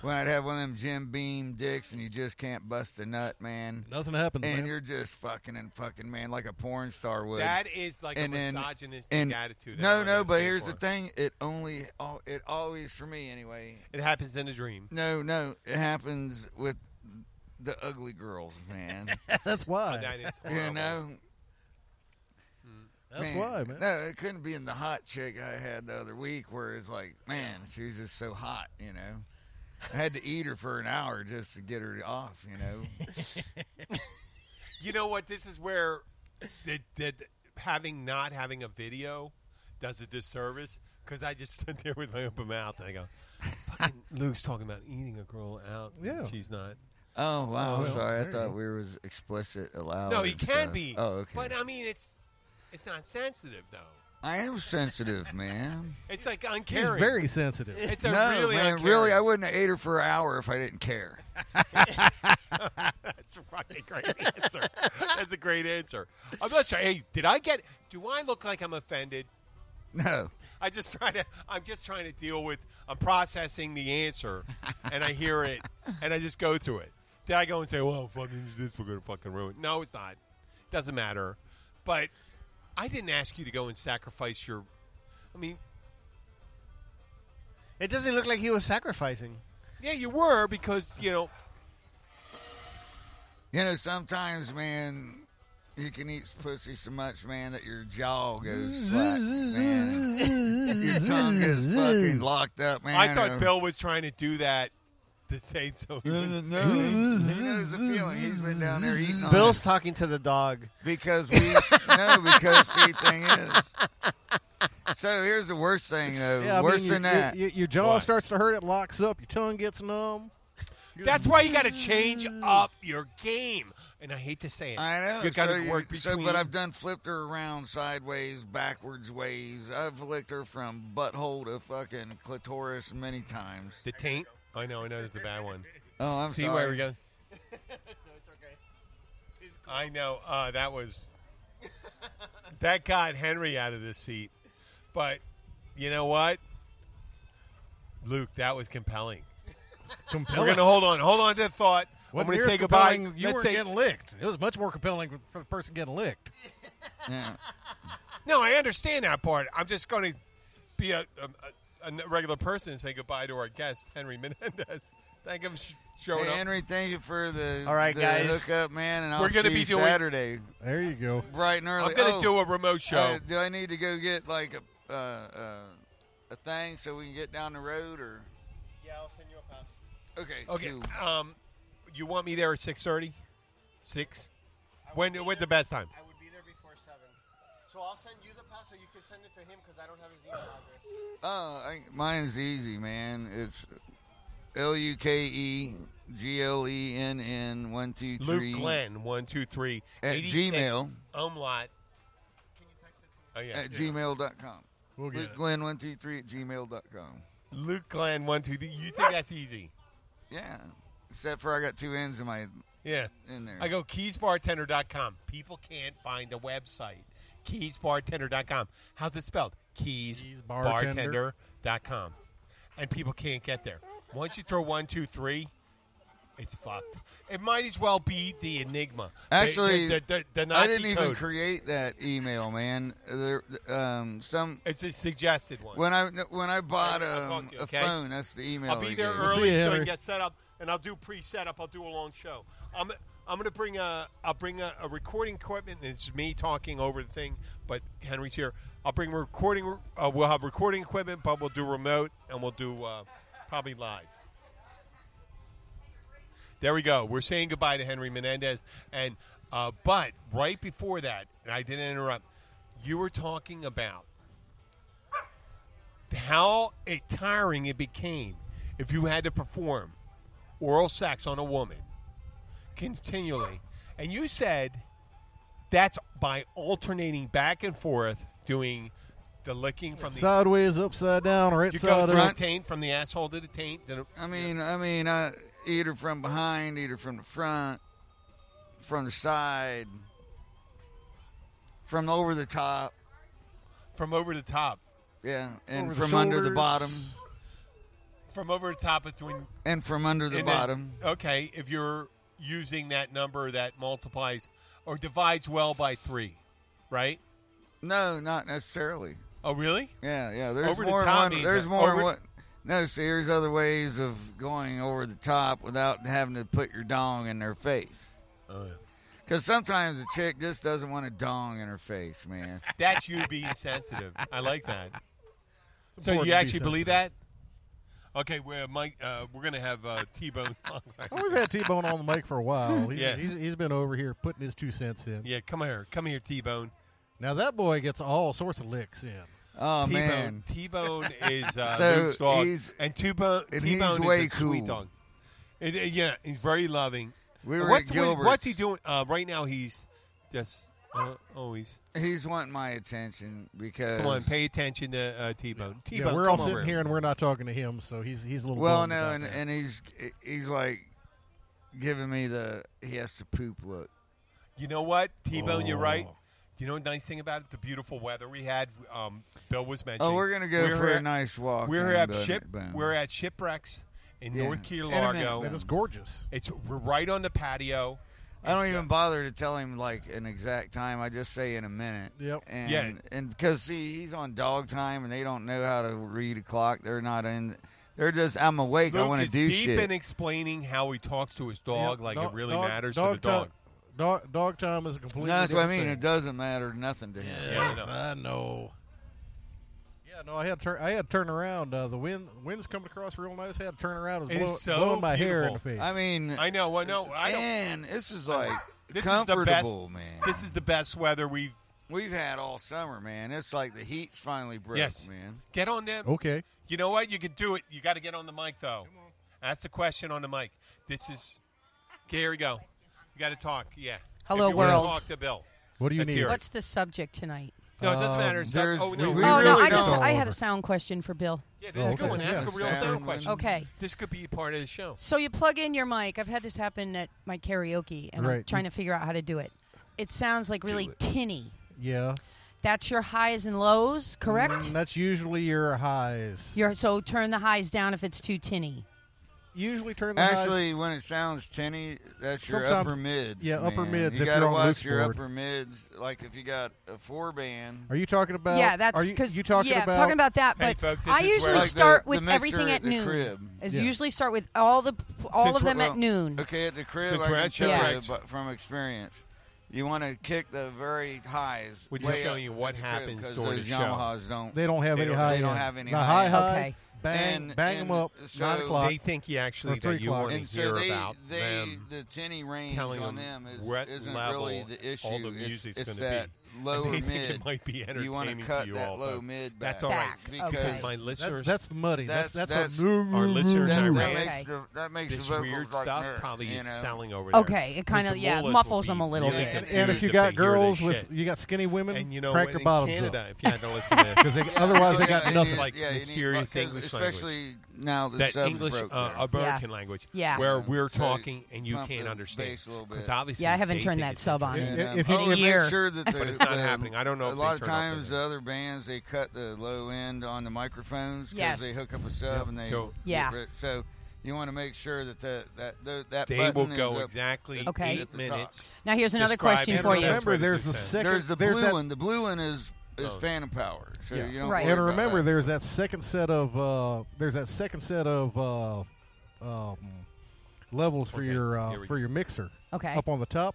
S1: When I'd have one of them Jim Beam dicks and you just can't bust a nut, man.
S3: Nothing happens.
S1: And
S3: man.
S1: you're just fucking and fucking, man, like a porn star would.
S2: that is like
S1: And
S2: a
S1: then-
S2: misogynistic
S1: and
S2: attitude. that
S1: no,
S2: I don't
S1: no, but
S2: stand
S1: here's
S2: for.
S1: the thing. It only, al- it always, for me anyway,
S2: It happens in a dream.
S1: no, no, it happens with the ugly girls, man.
S3: That's why.
S2: That is horrible.
S1: Uh, you know?
S3: That's why, man.
S1: No, it couldn't be in the hot chick I had the other week, where it's like, man, she was just so hot, you know. I had to eat her for an hour just to get her off, you know.
S2: You know what? This is where the, the, having not having a video does a disservice because I just stood there with my open mouth and I go, fucking Luke's talking about eating a girl out. and
S3: Yeah.
S2: She's not.
S1: Oh wow,
S3: Oh,
S1: I'm
S3: well,
S1: sorry. I
S3: there you
S1: thought
S3: go.
S1: we was explicit allowed.
S2: No, he
S1: and
S2: can
S1: stuff.
S2: be.
S1: Oh, okay.
S2: But I mean, it's it's not sensitive though.
S1: I am sensitive, man.
S2: It's like
S3: He's
S2: uncaring.
S3: very sensitive.
S2: it's a
S1: no,
S2: really
S1: man,
S2: uncaring.
S1: really, I wouldn't have ate her for an hour if I didn't care.
S2: That's a fucking great answer. That's a great answer. I'm not sure. Hey, did I get? Do I look like I'm offended?
S1: No,
S2: I just try to. I'm just trying to deal with. I'm processing the answer, and I hear it, and I just go through it. Did I go and say, "Well, fucking is this we're gonna fucking ruin"? No, it's not. Doesn't matter. But I didn't ask you to go and sacrifice your. I mean,
S4: It doesn't look like he was sacrificing.
S2: yeah, you were because you know.
S1: you know sometimes, man, you can eat pussy so much, man, that your jaw goes slack, man. Your tongue is fucking locked up, man. Uh,
S2: I thought Bill was trying to do that to say so. he wouldn't say
S1: He knows the feeling. He's been down there eating.
S2: Oh,
S1: on
S4: Bill's
S1: it.
S4: talking to the dog.
S1: because we no because see thing is. So here's the worst thing though.
S3: Yeah, I mean,
S1: worse
S3: your-
S1: than that.
S3: your- your jaw
S2: What?
S3: starts to hurt. It locks up. Your tongue gets numb.
S2: That's why you got to change up your game. And I hate to say it.
S1: I know.
S2: You got
S1: so
S2: to work
S1: you-
S2: between.
S1: so- but I've done flipped her around sideways, backwards ways. I've licked her from butthole to fucking clitoris many times.
S2: the taint. I know. I know. It's a bad one.
S1: Oh, I'm
S2: See
S1: sorry.
S2: where we go. I know. Uh, that was that got Henry out of the seat, but you know what, Luke, that was compelling. We're
S3: Compelling.
S2: gonna hold on. Hold on to the thought.
S3: Wasn't
S2: I'm gonna
S3: near as
S2: say goodbye.
S3: compelling, You
S2: Let's
S3: weren't
S2: say-
S3: getting licked. It was much more compelling for the person getting licked.
S1: Yeah.
S2: No, I understand that part. I'm just going to be a, um, a, a regular person and say goodbye to our guest, Henry Menendez. Thank him for sh- showing
S1: Hey,
S2: up.
S1: Henry, thank you for the
S4: All right,
S1: the
S4: guys.
S1: hookup, man. And I'll
S2: We're gonna
S1: see
S2: be
S1: you
S2: doing-
S1: Saturday,
S3: There you go.
S1: bright and early.
S2: I'm going to
S1: Oh,
S2: do a remote show.
S1: uh, do I need to go get like a uh, uh, a thing so we can get down the road or?
S4: Yeah, I'll send you a pass.
S1: Okay.
S2: okay.
S1: cool.
S2: Um, you want me there at 6.30? 6? When, when's the best time?
S4: I would be there before seven. So I'll send you the pass, or you can send it to him because I don't have his email address.
S1: Oh, I, mine's easy, man. It's L U K E G L E N N one two three.
S2: Luke Glenn, 123.
S1: At Gmail.
S2: Umlaut.
S4: Can you text it to me?
S2: Oh, yeah.
S1: at gmail.com.
S3: We'll get
S1: Luke
S3: it.
S1: Glenn one two three at gmail.com.
S2: Luke Glenn, 123. You think that's easy?
S1: Yeah. Except for I got two N's in my
S2: Yeah.
S1: in there.
S2: I go keysbartender.com. People can't find a website. Keysbartender.com. How's it spelled?
S3: Keysbartender.
S2: Keysbartender.com. And people can't get there. Once you throw one, two, three, it's fucked. It might as well be the Enigma. The-
S1: Actually,
S2: the, the, the, the
S1: I
S2: Nazi
S1: didn't even
S2: code.
S1: create that email, man. There, um, some
S2: it's a suggested one.
S1: when I when I bought
S2: I'll
S1: a,
S2: talk to you,
S1: a
S2: okay?
S1: phone, that's the email.
S2: I'll be
S1: you
S2: there
S1: gave.
S3: We'll see
S2: early
S3: you,
S2: so I
S3: Henry.
S2: can get set up, and I'll do pre-setup. I'll do a long show. I'm I'm gonna bring a I'll bring a, a recording equipment, and it's me talking over the thing. But Henry's here. I'll bring recording. Uh, we'll have recording equipment, but we'll do remote, and we'll do uh, probably live. There we go. We're saying goodbye to Henry Menendez, and uh, but right before that, and I didn't interrupt. You were talking about how it tiring it became if you had to perform oral sex on a woman continually. And you said that's by alternating back and forth doing the licking from the
S3: Sideways, upside down, or
S2: you go
S3: inside
S2: through the
S3: out.
S2: taint from the asshole to the taint. Then
S1: I mean, I mean, I either from behind, either from the front, from the side, from over the top,
S2: from over the top,
S1: yeah, and
S3: Over the
S1: from under the
S3: shoulders.
S1: bottom,
S2: from over the top between
S1: and from under the
S2: and then-
S1: bottom.
S2: okay, if you're using that number that multiplies or divides well by three, right?
S1: no, not necessarily.
S2: Oh, really?
S1: Yeah, yeah. There's
S2: Over the
S1: more.
S2: top
S1: one-
S2: means
S1: there's
S2: that-
S1: more.
S2: over-
S1: what? No, see, there's other ways of going over the top without having to put your dong in their face. Because sometimes a chick just doesn't want a dong in her face, man.
S2: That's you being sensitive. I like that. So
S3: important
S2: you
S3: to be
S2: actually believe that? Okay, we're Mike. Uh, we're gonna have uh, T-Bone.
S3: Well, Oh, we've had T-Bone on the mic for a while. He,
S2: Yeah.
S3: he's, he's been over here putting his two cents in.
S2: yeah, come here, come here, T-Bone.
S3: Now that boy gets all sorts of licks in.
S1: Oh
S2: T-Bone.
S1: man.
S2: T-Bone is uh,
S1: So
S2: Luke's dog,
S1: he's-
S2: and T-Bone.
S1: and he's
S2: T-Bone
S1: way
S2: is a sweet
S1: cool.
S2: dog. It, it- yeah, he's very loving.
S1: We were
S2: what's,
S1: at
S2: what-
S1: Gilbert's.
S2: what's he doing uh, right now? He's just Uh, always.
S1: He's wanting my attention because.
S2: Come on, pay attention to uh, T-Bone. T-Bone,
S3: yeah, we're
S2: come
S3: all
S2: over
S3: sitting here and we're not talking to him, so he's he's a little.
S1: Well,
S3: bummed
S1: no,
S3: about
S1: and,
S3: that.
S1: and he's he's like giving me the he has to poop look.
S2: You know what, T-Bone, you're right.
S3: Oh.
S2: You know, the nice thing about it, the beautiful weather we had. Um, Bill was mentioning.
S1: Oh, we're gonna go
S2: We're
S1: for
S2: at-
S1: a nice walk.
S2: We're
S1: in
S2: at
S1: Bone-
S2: ship.
S1: Bone.
S2: We're at shipwrecks in
S1: Yeah.
S2: North Key
S1: In a minute,
S2: Largo.
S1: Bone.
S3: It is gorgeous.
S2: It's we're right on the patio.
S1: I don't
S2: It's, uh,
S1: even bother to tell him like an exact time. I just say in a minute.
S3: Yep.
S1: And,
S2: Yeah.
S1: And because see, he's on dog time, and they don't know how to read a clock. They're not in. They're just. I'm awake. I
S2: Luke
S1: want to
S2: is
S1: do
S2: deep
S1: shit.
S2: in explaining how he talks to his dog,
S3: Yep,
S2: like
S3: dog-
S2: it really
S3: dog-
S2: matters
S3: dog
S2: to the dog.
S3: Time, dog, dog time is a
S1: No,
S3: completely.
S1: that's what I mean.
S3: different
S1: It doesn't matter nothing to him.
S3: thing.
S2: Yeah, I
S3: Yes,
S2: know.
S3: I know. Yeah, no, I had to turn. I had to turn around. Uh, the wind, wind's coming across real nice. I had to turn around.
S2: It
S3: It was
S2: is
S3: blowing,
S2: so
S3: blowing my hair in the
S2: beautiful.
S3: face.
S1: I mean,
S2: I know. Well, no, I don't.
S1: man, this is like
S2: This is the best-
S1: comfortable, man.
S2: This is the best weather we've.
S1: we've had all summer, man. It's like the heat's finally broke,
S2: Yes.
S1: man.
S2: Get on them.
S3: okay,
S2: You know what? You can do it. You got to get on the mic though. Ask the question on the mic. This is. Okay, here we go. You got to talk. Yeah.
S5: Hello,
S2: If you wanna
S5: world.
S2: Talk to Bill.
S3: what do you
S2: Let's
S3: need?
S2: hear it.
S5: What's the subject tonight?
S2: No, it doesn't
S3: Um,
S2: matter. It's not-
S1: there's-
S2: oh no.
S1: we- we
S5: oh no,
S1: really
S5: I just
S1: don't.
S5: I had a sound question for Bill.
S2: yeah, this is a
S3: Okay.
S2: good one. Ask
S3: Yeah,
S2: a real sound
S1: sound
S2: question.
S1: one.
S5: Okay.
S2: This could be part of the show.
S5: So you plug in your mic. I've had this happen at my karaoke, and I'm
S3: Right.
S5: trying to figure out how to do it. It sounds like really tinny.
S3: Yeah,
S5: That's your highs and lows, correct?
S3: Mm, that's usually your highs.
S5: Your so turn the highs down if it's too tinny.
S3: usually turn the highs.
S1: Actually, when it sounds tinny, that's your
S3: Sometimes-
S1: upper mids.
S3: yeah, upper
S1: man.
S3: mids
S1: You
S3: if
S1: gotta
S3: you're on
S1: watch
S3: Luke's
S1: your
S3: board.
S1: upper mids. Like if you got a four band,
S3: Are you talking about?
S5: yeah, that's
S3: are you,
S5: because
S3: you talking
S5: yeah, I'm
S3: about?
S5: talking about that.
S2: Hey,
S5: But
S2: folks, this
S5: I
S2: is
S5: usually
S2: where-
S1: Like the-
S5: start
S1: the
S5: with
S1: mixer
S5: everything
S1: at
S5: at
S1: the
S5: noon.
S1: crib.
S5: Is
S3: Yeah.
S5: usually start with all the all
S2: Since
S5: of them
S1: we're-
S5: at noon.
S1: okay, at the crib,
S2: Since
S1: I
S2: we're
S1: can
S2: at
S1: tell you
S2: shipwrecks.
S1: but from experience. You want to kick the very highs.
S2: We're just
S1: way up
S2: showing you
S1: at
S2: what
S1: the crib,
S2: happens
S1: 'cause
S2: during
S1: those
S2: the show.
S1: Yamahas don't.
S3: They don't have
S2: They
S3: any
S2: don't-
S3: high.
S1: they don't
S3: end.
S1: have any
S3: the
S1: high
S3: high
S1: end.
S3: high.
S5: Okay.
S3: Bang,
S1: And-
S3: bang
S1: and
S3: them up.
S1: so-
S3: nine o'clock.
S2: They think you
S3: Or
S2: actually
S3: three
S2: that you
S3: o'clock.
S2: want to
S1: and so
S2: hear
S1: they,
S2: about
S1: they,
S2: them.
S1: the tinny range
S2: telling
S1: on
S2: them
S1: them is,
S2: what
S1: isn't
S2: level
S1: really the issue.
S2: all the
S1: It's-
S2: music's
S1: it's,
S2: gonna
S1: that
S2: be.
S1: lower
S2: they think
S1: mid.
S2: it might be entertaining
S1: you want to
S2: to
S1: cut
S2: you
S1: that
S2: all,
S1: low
S2: though.
S1: mid. Back
S2: That's all right
S5: Back.
S1: because
S5: Okay.
S2: because my
S3: That's,
S2: listeners,
S3: that's the muddy. That's
S1: That's-
S3: that's,
S1: that's-
S3: a new.
S2: our listeners,
S1: that,
S2: are
S1: that
S5: Iran.
S1: makes
S5: Okay.
S1: the that makes
S2: this
S1: the vocals
S2: weird
S1: like
S2: stuff
S1: nerds,
S2: probably
S1: you
S2: is
S1: know?
S2: selling over there.
S5: Okay, it kind
S2: 'Cause
S5: of
S2: the
S5: yeah
S2: mullahs
S5: muffles
S2: will
S5: them a
S2: be
S5: little
S1: really
S5: bit.
S1: confused
S3: And if you
S2: they hear
S3: got
S2: this
S3: girls with
S2: shit.
S3: you got skinny women,
S2: and you know,
S3: crack
S2: in
S3: their bottoms
S2: Canada,
S3: up
S2: if you had to listen to this,
S3: because otherwise they
S1: Yeah,
S3: got
S1: and
S3: nothing.
S1: you-
S2: Like
S1: yeah, you need-
S2: mysterious
S1: because
S2: English
S1: especially now the
S2: that
S1: subs
S2: English
S1: broke
S2: uh,
S1: there.
S2: American language,
S5: Yeah.
S2: where we're
S1: So
S2: talking and you
S1: bump
S2: can't
S1: the
S2: understand.
S1: bass a little
S2: Because
S1: bit.
S2: obviously,
S5: Yeah, I haven't
S2: they
S5: turned
S2: think
S5: that
S2: it's
S5: sub on.
S1: And,
S2: interesting.
S3: If-
S1: um,
S3: if you-
S1: oh,
S3: in a
S1: make
S5: year.
S1: sure that the,
S2: But it's not
S1: the-
S2: happening. I don't know
S1: A
S2: if they
S1: lot of
S2: turn up
S1: times,
S2: or
S1: the other bands they cut the low end on the microphones because
S5: Yes.
S1: they hook up a sub and they
S2: So-
S5: Yeah.
S1: get rid- So you want to make sure that the, that the, that
S2: They
S1: button
S2: will
S1: is
S2: go
S1: up-
S2: exactly
S5: Okay.
S2: eight
S1: at the top.
S2: minutes.
S5: Now here's another
S2: Describe
S5: question
S2: it.
S5: for
S2: And
S5: you.
S2: That's what
S3: Remember,
S2: it
S3: there's
S2: is
S3: the
S2: saying.
S3: second.
S1: There's the
S3: there's
S1: blue
S3: that,
S1: one. The blue one is is
S2: Oh.
S1: phantom power. So
S3: Yeah.
S1: you don't
S5: Right.
S1: worry
S3: And
S1: about
S3: remember,
S1: that.
S3: there's that second set of uh, there's that second set of uh, um, levels for
S2: Okay,
S3: your
S2: here
S3: uh,
S2: we
S3: for
S2: go.
S3: your mixer
S5: Okay.
S3: up on the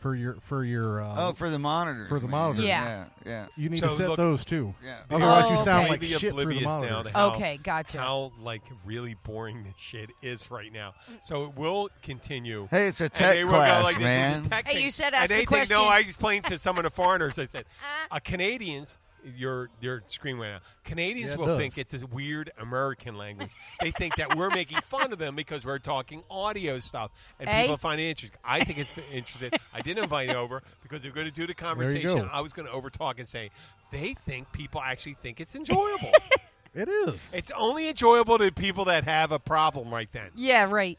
S3: for your for your uh,
S1: oh for the monitors.
S3: for the
S1: man.
S3: monitors.
S1: Yeah,
S5: Yeah.
S1: yeah,
S3: you need
S2: So
S3: to set
S2: look-
S3: those too.
S1: yeah.
S3: Otherwise,
S5: Oh,
S3: you sound
S5: okay.
S3: like
S2: Be
S3: shit through
S2: oblivious
S3: the
S2: now
S3: monitors.
S2: to how-
S5: Okay, gotcha.
S2: How like really boring this shit is right now. So it will continue.
S1: Hey, it's a
S2: and
S1: tech
S2: they
S1: class,
S2: were like,
S1: man.
S2: Tech
S5: Hey,
S2: thing.
S5: you said
S2: and
S5: ask
S2: they
S5: the
S2: think,
S5: question. Uh-huh.
S2: No, I explained to some of the foreigners. I said, uh, Canadians, your your screen right now. Canadians
S3: Yeah, it
S2: will
S3: does.
S2: think it's a weird American language. they think that we're making fun of them because we're talking audio stuff, and
S5: Hey.
S2: people find it interesting. I think it's interesting. I didn't invite you over because we are going to do the conversation.
S3: go.
S2: I was going to overtalk and say they think people actually think it's enjoyable.
S3: It is.
S2: it's only enjoyable to people that have a problem like that.
S5: yeah, right.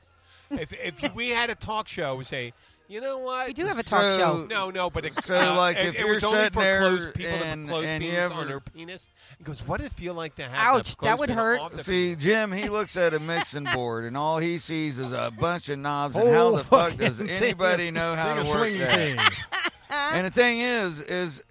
S2: if if we had a talk show, we say, you know what?
S5: We do have a
S1: So-
S5: talk show.
S2: No, no, but it,
S1: So,
S2: uh,
S1: like,
S2: it-
S1: if
S2: it
S1: you're
S2: was only
S1: sitting
S2: for
S1: there
S2: closed people
S1: and-
S2: that put closed
S1: and you
S2: penis on
S1: ever-
S2: their penis. It goes, what did it feel like to have? that,
S5: Ouch, that
S2: closed
S5: would
S2: penis
S5: hurt.
S2: off the
S1: See, Jim, he looks at a mixing board, and all he sees is a bunch of knobs. And how
S3: Whole
S1: the fuck does
S3: Oh, fucking thing.
S1: anybody know how to
S3: Thing of
S1: work
S3: swinging
S1: that?
S3: things.
S1: And the thing is, is,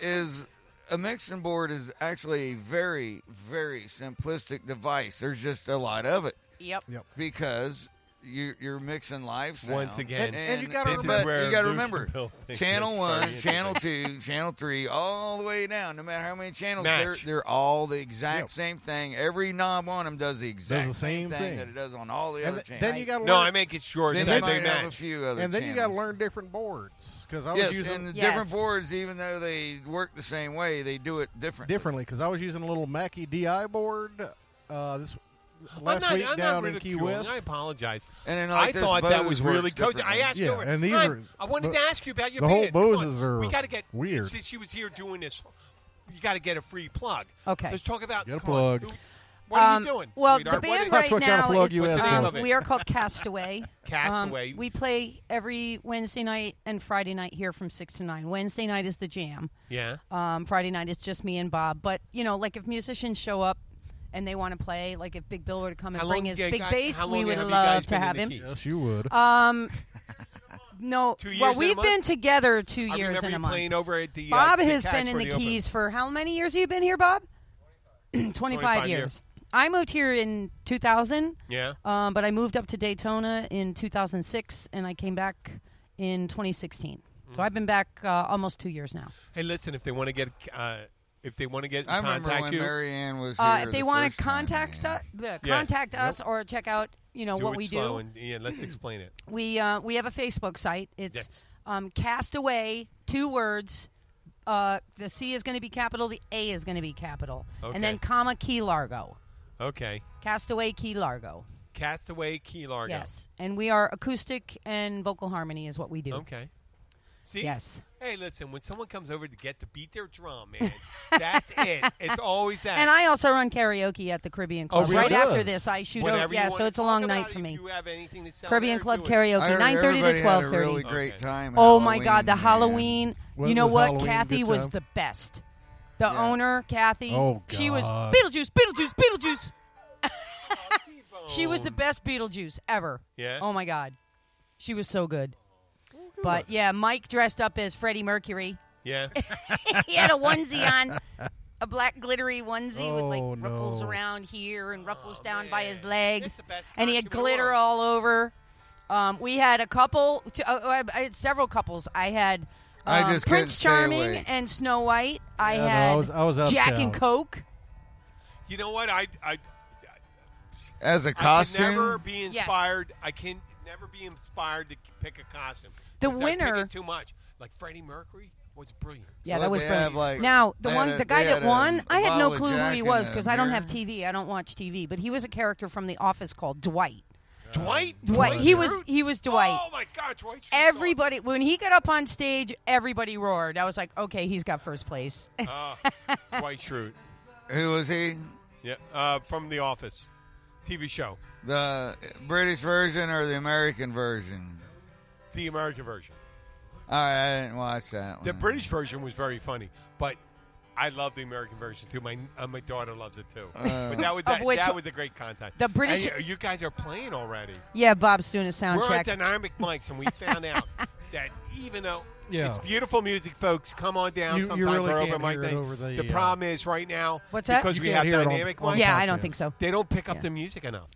S1: is a mixing board is actually a very, very simplistic device. There's just a lot of it
S5: Yep.
S3: Yep.
S1: because you're, you're mixing live sound.
S2: Once again,
S1: and, and you got to
S2: this is
S1: remember,
S2: where
S1: you got to
S2: Luke and
S1: remember,
S2: Bill think
S1: channel
S2: it's
S1: one,
S2: very
S1: channel two, channel three, all the way down. No matter how many channels, they're,
S2: Match.
S1: they're all the exact
S3: Yep.
S1: same thing. Every knob on them does the exact
S3: the same thing.
S1: that it does on all the
S3: And
S1: other
S3: th-
S1: channels.
S3: then you got to
S2: No,
S3: learn,
S2: I'm making sure
S1: then you
S2: that they
S1: might have a
S2: match.
S1: few other
S3: and then you got to
S1: channels.
S3: learn different boards because I was
S1: Yes,
S3: using
S1: and the
S5: Yes.
S1: different boards, even though they work the same way, they do it different.
S3: differently because I was using a little Mackie DI board. Uh, this last
S2: I'm not,
S3: week
S2: I'm
S3: down
S2: not
S3: in Key
S2: ridiculing.
S3: West.
S2: I apologize.
S1: And then, like,
S2: I
S1: this
S2: thought that was
S1: Bose
S2: really
S1: works
S2: cozy. I
S1: differently.
S2: asked
S3: Yeah,
S2: her,
S3: and these
S2: "Hun,
S3: are-
S2: I wanted
S3: but-
S2: to ask you about your
S3: the whole
S2: band. Come on,
S3: Boses are
S2: we gotta get
S3: weird.
S2: Since she was here doing this, you got to get a free plug.
S5: Okay.
S2: let's talk about.
S3: Get a
S2: come on,
S3: plug.
S2: who- what are
S5: Um,
S2: you doing?
S5: Well,
S2: sweetheart?
S5: the
S2: What are-
S5: band right
S3: That's what kind
S5: now
S3: of plug you
S5: is,
S2: asked
S5: um,
S2: for.
S5: we are called Castaway.
S2: Castaway.
S5: Um, we play every Wednesday night and Friday night here from six to nine. Wednesday night is the jam.
S2: yeah,
S5: Um, Friday night it's just me and Bob. But you know, like if musicians show up and they want to play, like if Big Bill were to come and
S2: How
S5: bring
S2: long
S5: his
S2: you
S5: big
S2: got-
S5: bass,
S2: how
S5: we
S2: long
S5: would
S2: have you guys
S5: love to
S2: been in
S5: have
S2: the
S5: him.
S2: Keys?
S3: yes, you would.
S5: Um, no,
S2: Two years
S5: well,
S2: and a
S5: we've
S2: month?
S5: been together two
S2: I
S5: years
S2: remember
S5: and
S2: you
S5: a month.
S2: playing over at the uh,
S5: Bob
S2: the
S5: has
S2: Cats
S5: been in
S2: for
S5: the,
S2: Open.
S5: Keys for how many years? Have you been here, Bob? Twenty-five years.
S2: years.
S5: I moved here in 2000,
S2: Yeah,
S5: um, but I moved up to Daytona in 2006, and I came back in 2016.
S2: Mm.
S5: So I've been back uh, almost two years now.
S2: Hey, listen, if they want to get uh, if they want to get in
S1: I remember
S2: contact
S1: when
S2: you,
S1: Marianne was here.
S5: Uh, if they
S1: the
S5: want
S1: first
S5: to
S1: time,
S5: contact
S1: man.
S5: us, uh,
S2: Yeah.
S5: contact us or check out, you know
S2: do
S5: what
S2: it
S5: we
S2: slow
S5: do.
S2: and yeah, let's explain it.
S5: we uh, we have a Facebook site. It's
S2: Yes.
S5: um, Castaway, two words. Uh, the C is going to be capital. The A is going to be capital,
S2: Okay.
S5: and then comma Key Largo,
S2: Okay,
S5: Castaway Key Largo.
S2: Castaway Key Largo.
S5: Yes, and we are acoustic and vocal harmony is what we do.
S2: Okay. See.
S5: Yes.
S2: Hey, listen. When someone comes over to get to beat their drum, man, that's it. It's always that.
S5: And I also run karaoke at the Caribbean
S2: Oh,
S5: Club.
S2: really?
S5: Right
S2: She
S5: after
S3: does.
S5: this, I shoot
S2: Whatever
S5: over.
S2: you
S5: Yeah,
S2: want
S5: so
S2: to
S5: it's a
S2: talk
S5: long
S2: about,
S5: night
S2: if
S5: for me.
S2: You have anything to sell
S5: Caribbean
S2: there,
S5: Club
S2: do it.
S1: I
S5: karaoke,
S1: heard
S5: nine thirty to
S1: everybody had
S5: twelve
S1: a
S5: thirty.
S1: Really great
S2: Okay.
S1: time.
S5: Oh my God, the
S1: man.
S5: Halloween!
S3: When
S5: you know
S3: was
S5: what?
S3: Halloween a
S5: Kathy
S3: good
S5: was
S3: time?
S5: the best. The
S1: Yeah.
S5: owner, Kathy.
S3: Oh,
S5: She was
S3: God.
S5: Beetlejuice, Beetlejuice, Beetlejuice.
S2: T-Bone.
S5: She was the best Beetlejuice ever.
S2: Oh. Yeah?
S5: Oh my God, she was so good. But yeah, Mike dressed up as Freddie Mercury.
S2: Yeah.
S5: he had a onesie on, a black glittery onesie with
S3: Oh,
S5: like ruffles
S3: no.
S5: around here and ruffles
S1: Oh,
S5: down by
S2: man.
S5: his
S2: That's
S5: legs,
S2: the best
S5: and he had
S2: costume in the
S5: glitter
S2: world.
S5: all over. Um, we had a couple. T- uh, I, I had several couples. I had
S1: I
S5: um,
S1: just couldn't
S5: Prince
S1: stay
S5: Charming
S1: awake.
S5: and Snow White. I
S3: Yeah, no, I
S5: had
S3: was- I was out of
S5: Jack and
S3: town.
S5: Coke.
S2: You know what? I I,
S1: As a
S2: I
S1: costume,
S2: can never be
S5: Yes.
S2: inspired. I can never be inspired to pick a costume.
S5: The
S2: 'Cause I pick
S5: winner-
S2: it too much. Like Freddie Mercury was brilliant.
S5: Yeah,
S1: So
S5: that was
S1: they
S5: brilliant.
S1: have, like-
S5: now the
S1: they
S5: one,
S1: had a-
S5: the guy
S1: they
S5: that
S1: had a-
S5: won,
S1: a
S5: I had no
S1: bottle of
S5: clue who
S1: Jack
S5: he
S1: and
S5: was
S1: a
S5: because I don't
S1: beer.
S5: have TV. I don't watch TV, but he was a character from The Office called Dwight.
S2: Dwight.
S5: Dwight. He was.
S2: Schrute?
S5: He was Dwight.
S2: Oh my God, Dwight. Schrute's
S5: Everybody, when he got up on stage, everybody roared. I was like, okay, he's got first place.
S2: awesome. Uh, Dwight Schrute.
S1: who was he?
S2: Yeah, uh, from The Office, TV show,
S1: The British version or the American version?
S2: the American version.
S1: All right, I didn't watch that. One.
S3: Mm.
S2: The British version was very funny, but I love the American version too. My uh, my daughter loves it too.
S3: Uh.
S2: but that was
S5: Of
S2: that,
S5: which-
S2: that was a great contact.
S5: The British-
S2: Hey, you guys are playing already.
S5: yeah, Bob's doing a sound
S2: We're
S5: check.
S2: on dynamic mics, and we found out that even though
S3: Yeah.
S2: it's beautiful music, folks, come on down
S3: You- you
S2: sometime
S3: really
S2: for open
S3: can't
S2: mic
S3: hear it
S2: night.
S3: over the, uh,
S2: problem is right now
S5: What's that?
S2: because
S3: You
S2: we
S3: can't
S2: have
S3: hear it on-
S2: dynamic
S3: on
S2: mics.
S5: yeah, I
S3: podcast.
S5: don't think so.
S2: They don't pick up
S5: Yeah.
S2: the music enough,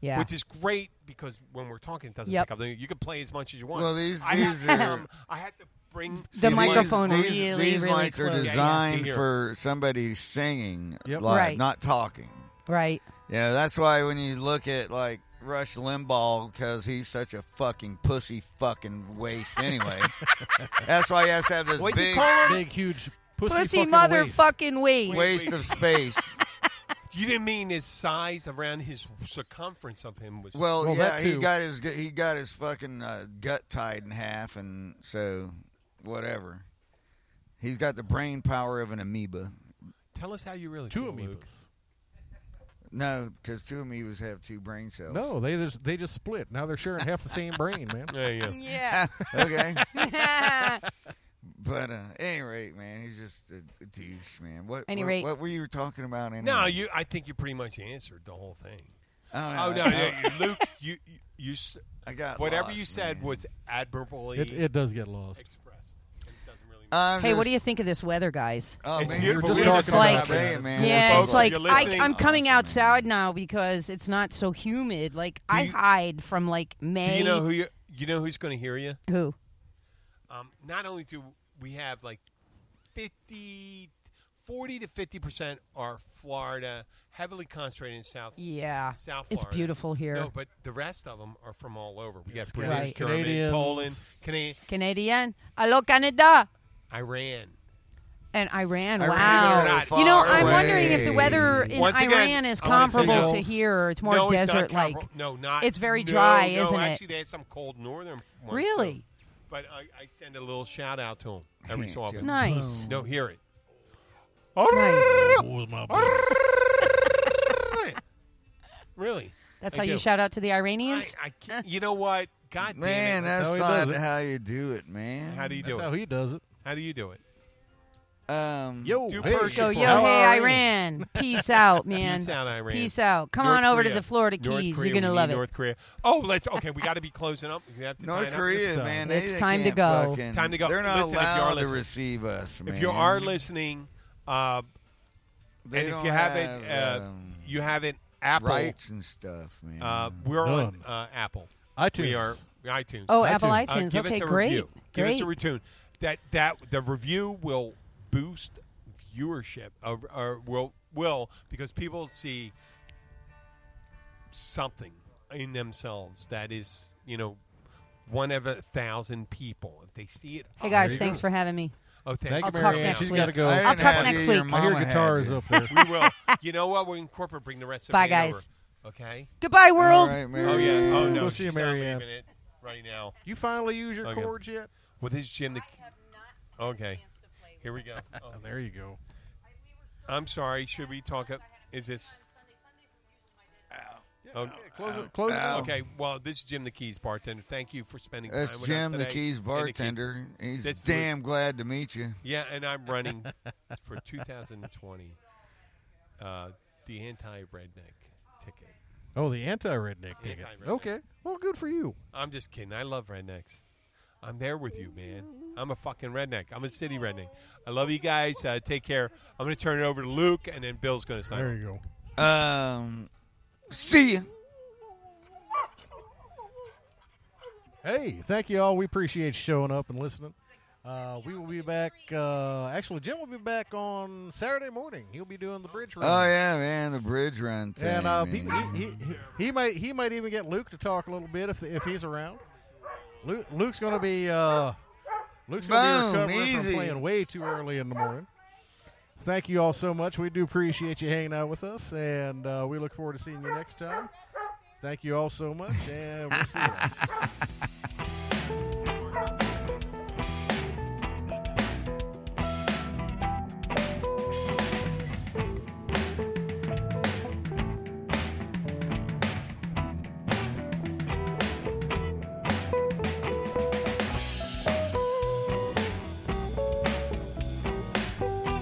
S5: Yeah.
S2: which is great because when we're talking, it doesn't
S5: Yep.
S2: pick up. the You can play as much as you want.
S1: Well, these
S2: I
S1: these
S2: had,
S1: are
S2: um, I had to bring
S5: The
S1: these-
S5: microphone
S1: These,
S5: really,
S1: these
S5: really
S1: mics are
S5: close.
S1: designed
S2: Yeah, yeah.
S1: for somebody singing
S3: Yep.
S1: live,
S5: Right.
S1: not talking.
S5: right.
S1: Yeah, that's why when you look at like Rush Limbaugh, because he's such a fucking pussy fucking waste anyway. that's why he has to have this
S2: What you
S1: big
S2: call him?
S3: Big, huge pussy,
S5: Pussy
S3: fucking waste.
S5: motherfucking waste.
S1: waste of space.
S2: You didn't mean his size around his circumference of him was.
S1: Well,
S3: Well,
S1: yeah,
S3: that
S1: he
S3: too.
S1: got his he got his fucking uh, gut tied in half, and so whatever. He's got the brain power of an amoeba.
S2: tell us how you really
S3: Two
S2: feel,
S3: amoebas.
S2: Luke.
S1: No, because two amoebas have two brain cells.
S3: No, they just they just split. Now they're sharing half the same brain, man.
S2: There you go.
S5: Yeah.
S1: Okay.
S5: Any
S1: but uh, at any rate, man, he's just a, a douche, man. What?
S5: Any
S1: what,
S5: rate.
S1: what were you talking about? Anyway?
S2: No, you. I think you pretty much answered the whole thing.
S1: I
S2: Oh
S1: don't know.
S2: no,
S1: I-
S2: no, you- Luke, you you, you s-
S1: I got
S2: whatever
S1: lost,
S2: you said
S1: man.
S2: was admirably
S3: It, it does get lost.
S2: expressed. It doesn't really matter.
S1: I'm
S5: hey, what
S1: just-
S5: do you think of this weather, guys?
S1: Oh,
S2: It's
S1: man,
S2: beautiful.
S1: we're
S2: We're
S1: just
S5: just
S1: talking
S5: like-
S1: about it, man.
S5: yeah,
S2: folks,
S5: it's like
S2: if you're
S5: I,
S2: listening-
S5: I'm coming
S1: Awesome.
S5: outside now because it's not so humid. Like I
S2: you-
S5: hide from like May.
S2: Do you know who you? You know who's going to hear you?
S5: who?
S2: Um, not only do we have like 50, 40 to fifty percent are Florida, heavily concentrated in South
S5: Yeah.
S2: South
S5: It's
S2: Florida.
S5: beautiful here.
S2: No, but the rest of them are from all over. We got British,
S5: Right.
S2: German,
S3: Canadians.
S2: Poland, Canadian,
S5: Canadian. Hello, Canada.
S2: Iran.
S5: And Iran,
S1: Iran
S5: wow.
S1: is not
S5: you know,
S1: far
S5: I'm wondering if the
S1: away.
S5: weather in
S2: Once again,
S5: Iran is
S2: I wanna say
S5: comparable
S2: no.
S5: to here. or It's more
S2: No, it's not
S5: desert like.
S2: comparable. No, not.
S5: It's very
S2: no,
S5: dry,
S2: no,
S5: isn't it?
S2: actually, they had some cold northern. Ones, too.
S5: Really?
S2: But I, I send a little shout out to them every so often.
S5: Nice.
S2: No, hear it.
S5: Nice.
S6: Oh, my boy.
S2: Really?
S5: That's
S2: I
S5: how you
S2: do.
S5: shout out to the
S2: I,
S5: Iranians?
S2: I can't, you know what? God
S1: Man,
S2: damn it.
S1: that's,
S3: how he
S1: not
S3: does it.
S1: how you do it, man.
S2: How do you do
S3: That's how
S2: it?
S3: he does it.
S2: How do you do it?
S1: Um,
S3: Yo,
S2: Do
S3: hey,
S2: Persian
S5: Go,
S2: for
S5: yo,
S2: how
S5: hey,
S3: are you?
S5: Iran. Peace out, man.
S2: Peace out, Iran.
S5: Peace out. Come
S2: North
S5: on over
S2: Korea.
S5: to the Florida
S2: North
S5: Keys.
S2: Korea,
S5: You're going
S2: we
S5: to
S2: need
S5: love it.
S2: North Korea. Oh, let's. Okay, we got to be closing up. We have to
S1: North
S2: tie it up.
S1: Korea,
S3: done.
S1: man.
S5: It's
S1: they,
S5: time to
S1: they can't
S5: go.
S1: Fucking,
S2: Time to go.
S1: They're not
S2: Listen, if you are
S1: allowed to
S2: listening.
S1: receive us, man.
S2: If you are listening, uh, and if you haven't, uh, you haven't Apple.
S1: um, rights and stuff, man.
S2: Uh, we're on
S3: None.
S2: uh, Apple.
S3: iTunes.
S2: We are iTunes.
S5: Oh,
S2: Uh,
S5: Apple
S3: iTunes.
S5: iTunes.
S2: give
S5: okay,
S2: us a
S5: great.
S2: Review. Give
S5: Great.
S2: us a return. That that the review will boost viewership, or, or will will because people see something in themselves that is you know one of a thousand people. If they see it,
S5: hey,
S2: oh,
S5: guys,
S2: there you
S5: thanks
S2: go.
S5: for having me.
S2: Oh, thank
S3: Thank
S2: you,
S3: you,
S5: I'll
S2: Mary Ann.
S5: talk
S3: Marianne.
S5: next
S3: She's
S5: week.
S3: got to go.
S1: I didn't
S5: I'll talk
S1: have
S5: next
S1: you, your
S5: week.
S3: I hear
S1: mama had
S3: guitars
S1: you.
S3: up there.
S2: we will. You know what? We're in corporate. Bring the rest of
S5: Bye,
S2: it
S5: guys.
S2: over. Okay.
S5: Goodbye, world.
S1: All right, Mary.
S2: Oh yeah. Oh no.
S3: We'll see you,
S2: she's not
S3: Mary Ann.
S2: leaving it right now.
S3: You finally use your
S2: Okay.
S3: chords yet?
S2: With his gym. The, okay. Here we go. Oh,
S3: Oh, there you go.
S2: I'm sorry. Should we talk? Up? Is this? Oh,
S3: Close it. Close it.
S1: Ow.
S2: okay. Well, this is Jim the Keys bartender. Thank you for spending time
S1: Oh. That's
S2: with
S1: Jim, the
S2: us today.
S1: Keys
S2: And
S1: bartender. He's
S2: That's the-
S1: damn glad to meet you.
S2: Yeah, and I'm running for 2020. Uh, the anti-redneck ticket.
S3: Oh, the anti-redneck ticket.
S2: Anti-redneck.
S3: Okay. Well, good for you.
S2: I'm just kidding. I love rednecks. I'm there with you, man. I'm a fucking redneck. I'm a city redneck. I love you guys. Uh, take care. I'm going to turn it over to Luke, and then Bill's going to sign.
S3: There
S2: off.
S3: you go.
S1: Um, see ya.
S3: Hey, thank you all. We appreciate you showing up and listening. Uh, we will be back. Uh, actually, Jim will be back on Saturday morning. He'll be doing the bridge run.
S1: Oh yeah, man, the bridge run thing.
S3: And uh, he,
S1: man.
S3: he, he, he might he might even get Luke to talk a little bit if if he's around. Luke, Luke's going to be uh, Luke's going
S1: Boom,
S3: to be recovering
S1: easy.
S3: from playing way too early in the morning. Thank you all so much. We do appreciate you hanging out with us, and uh, we look forward to seeing you next time. Thank you all so much, and we'll see you.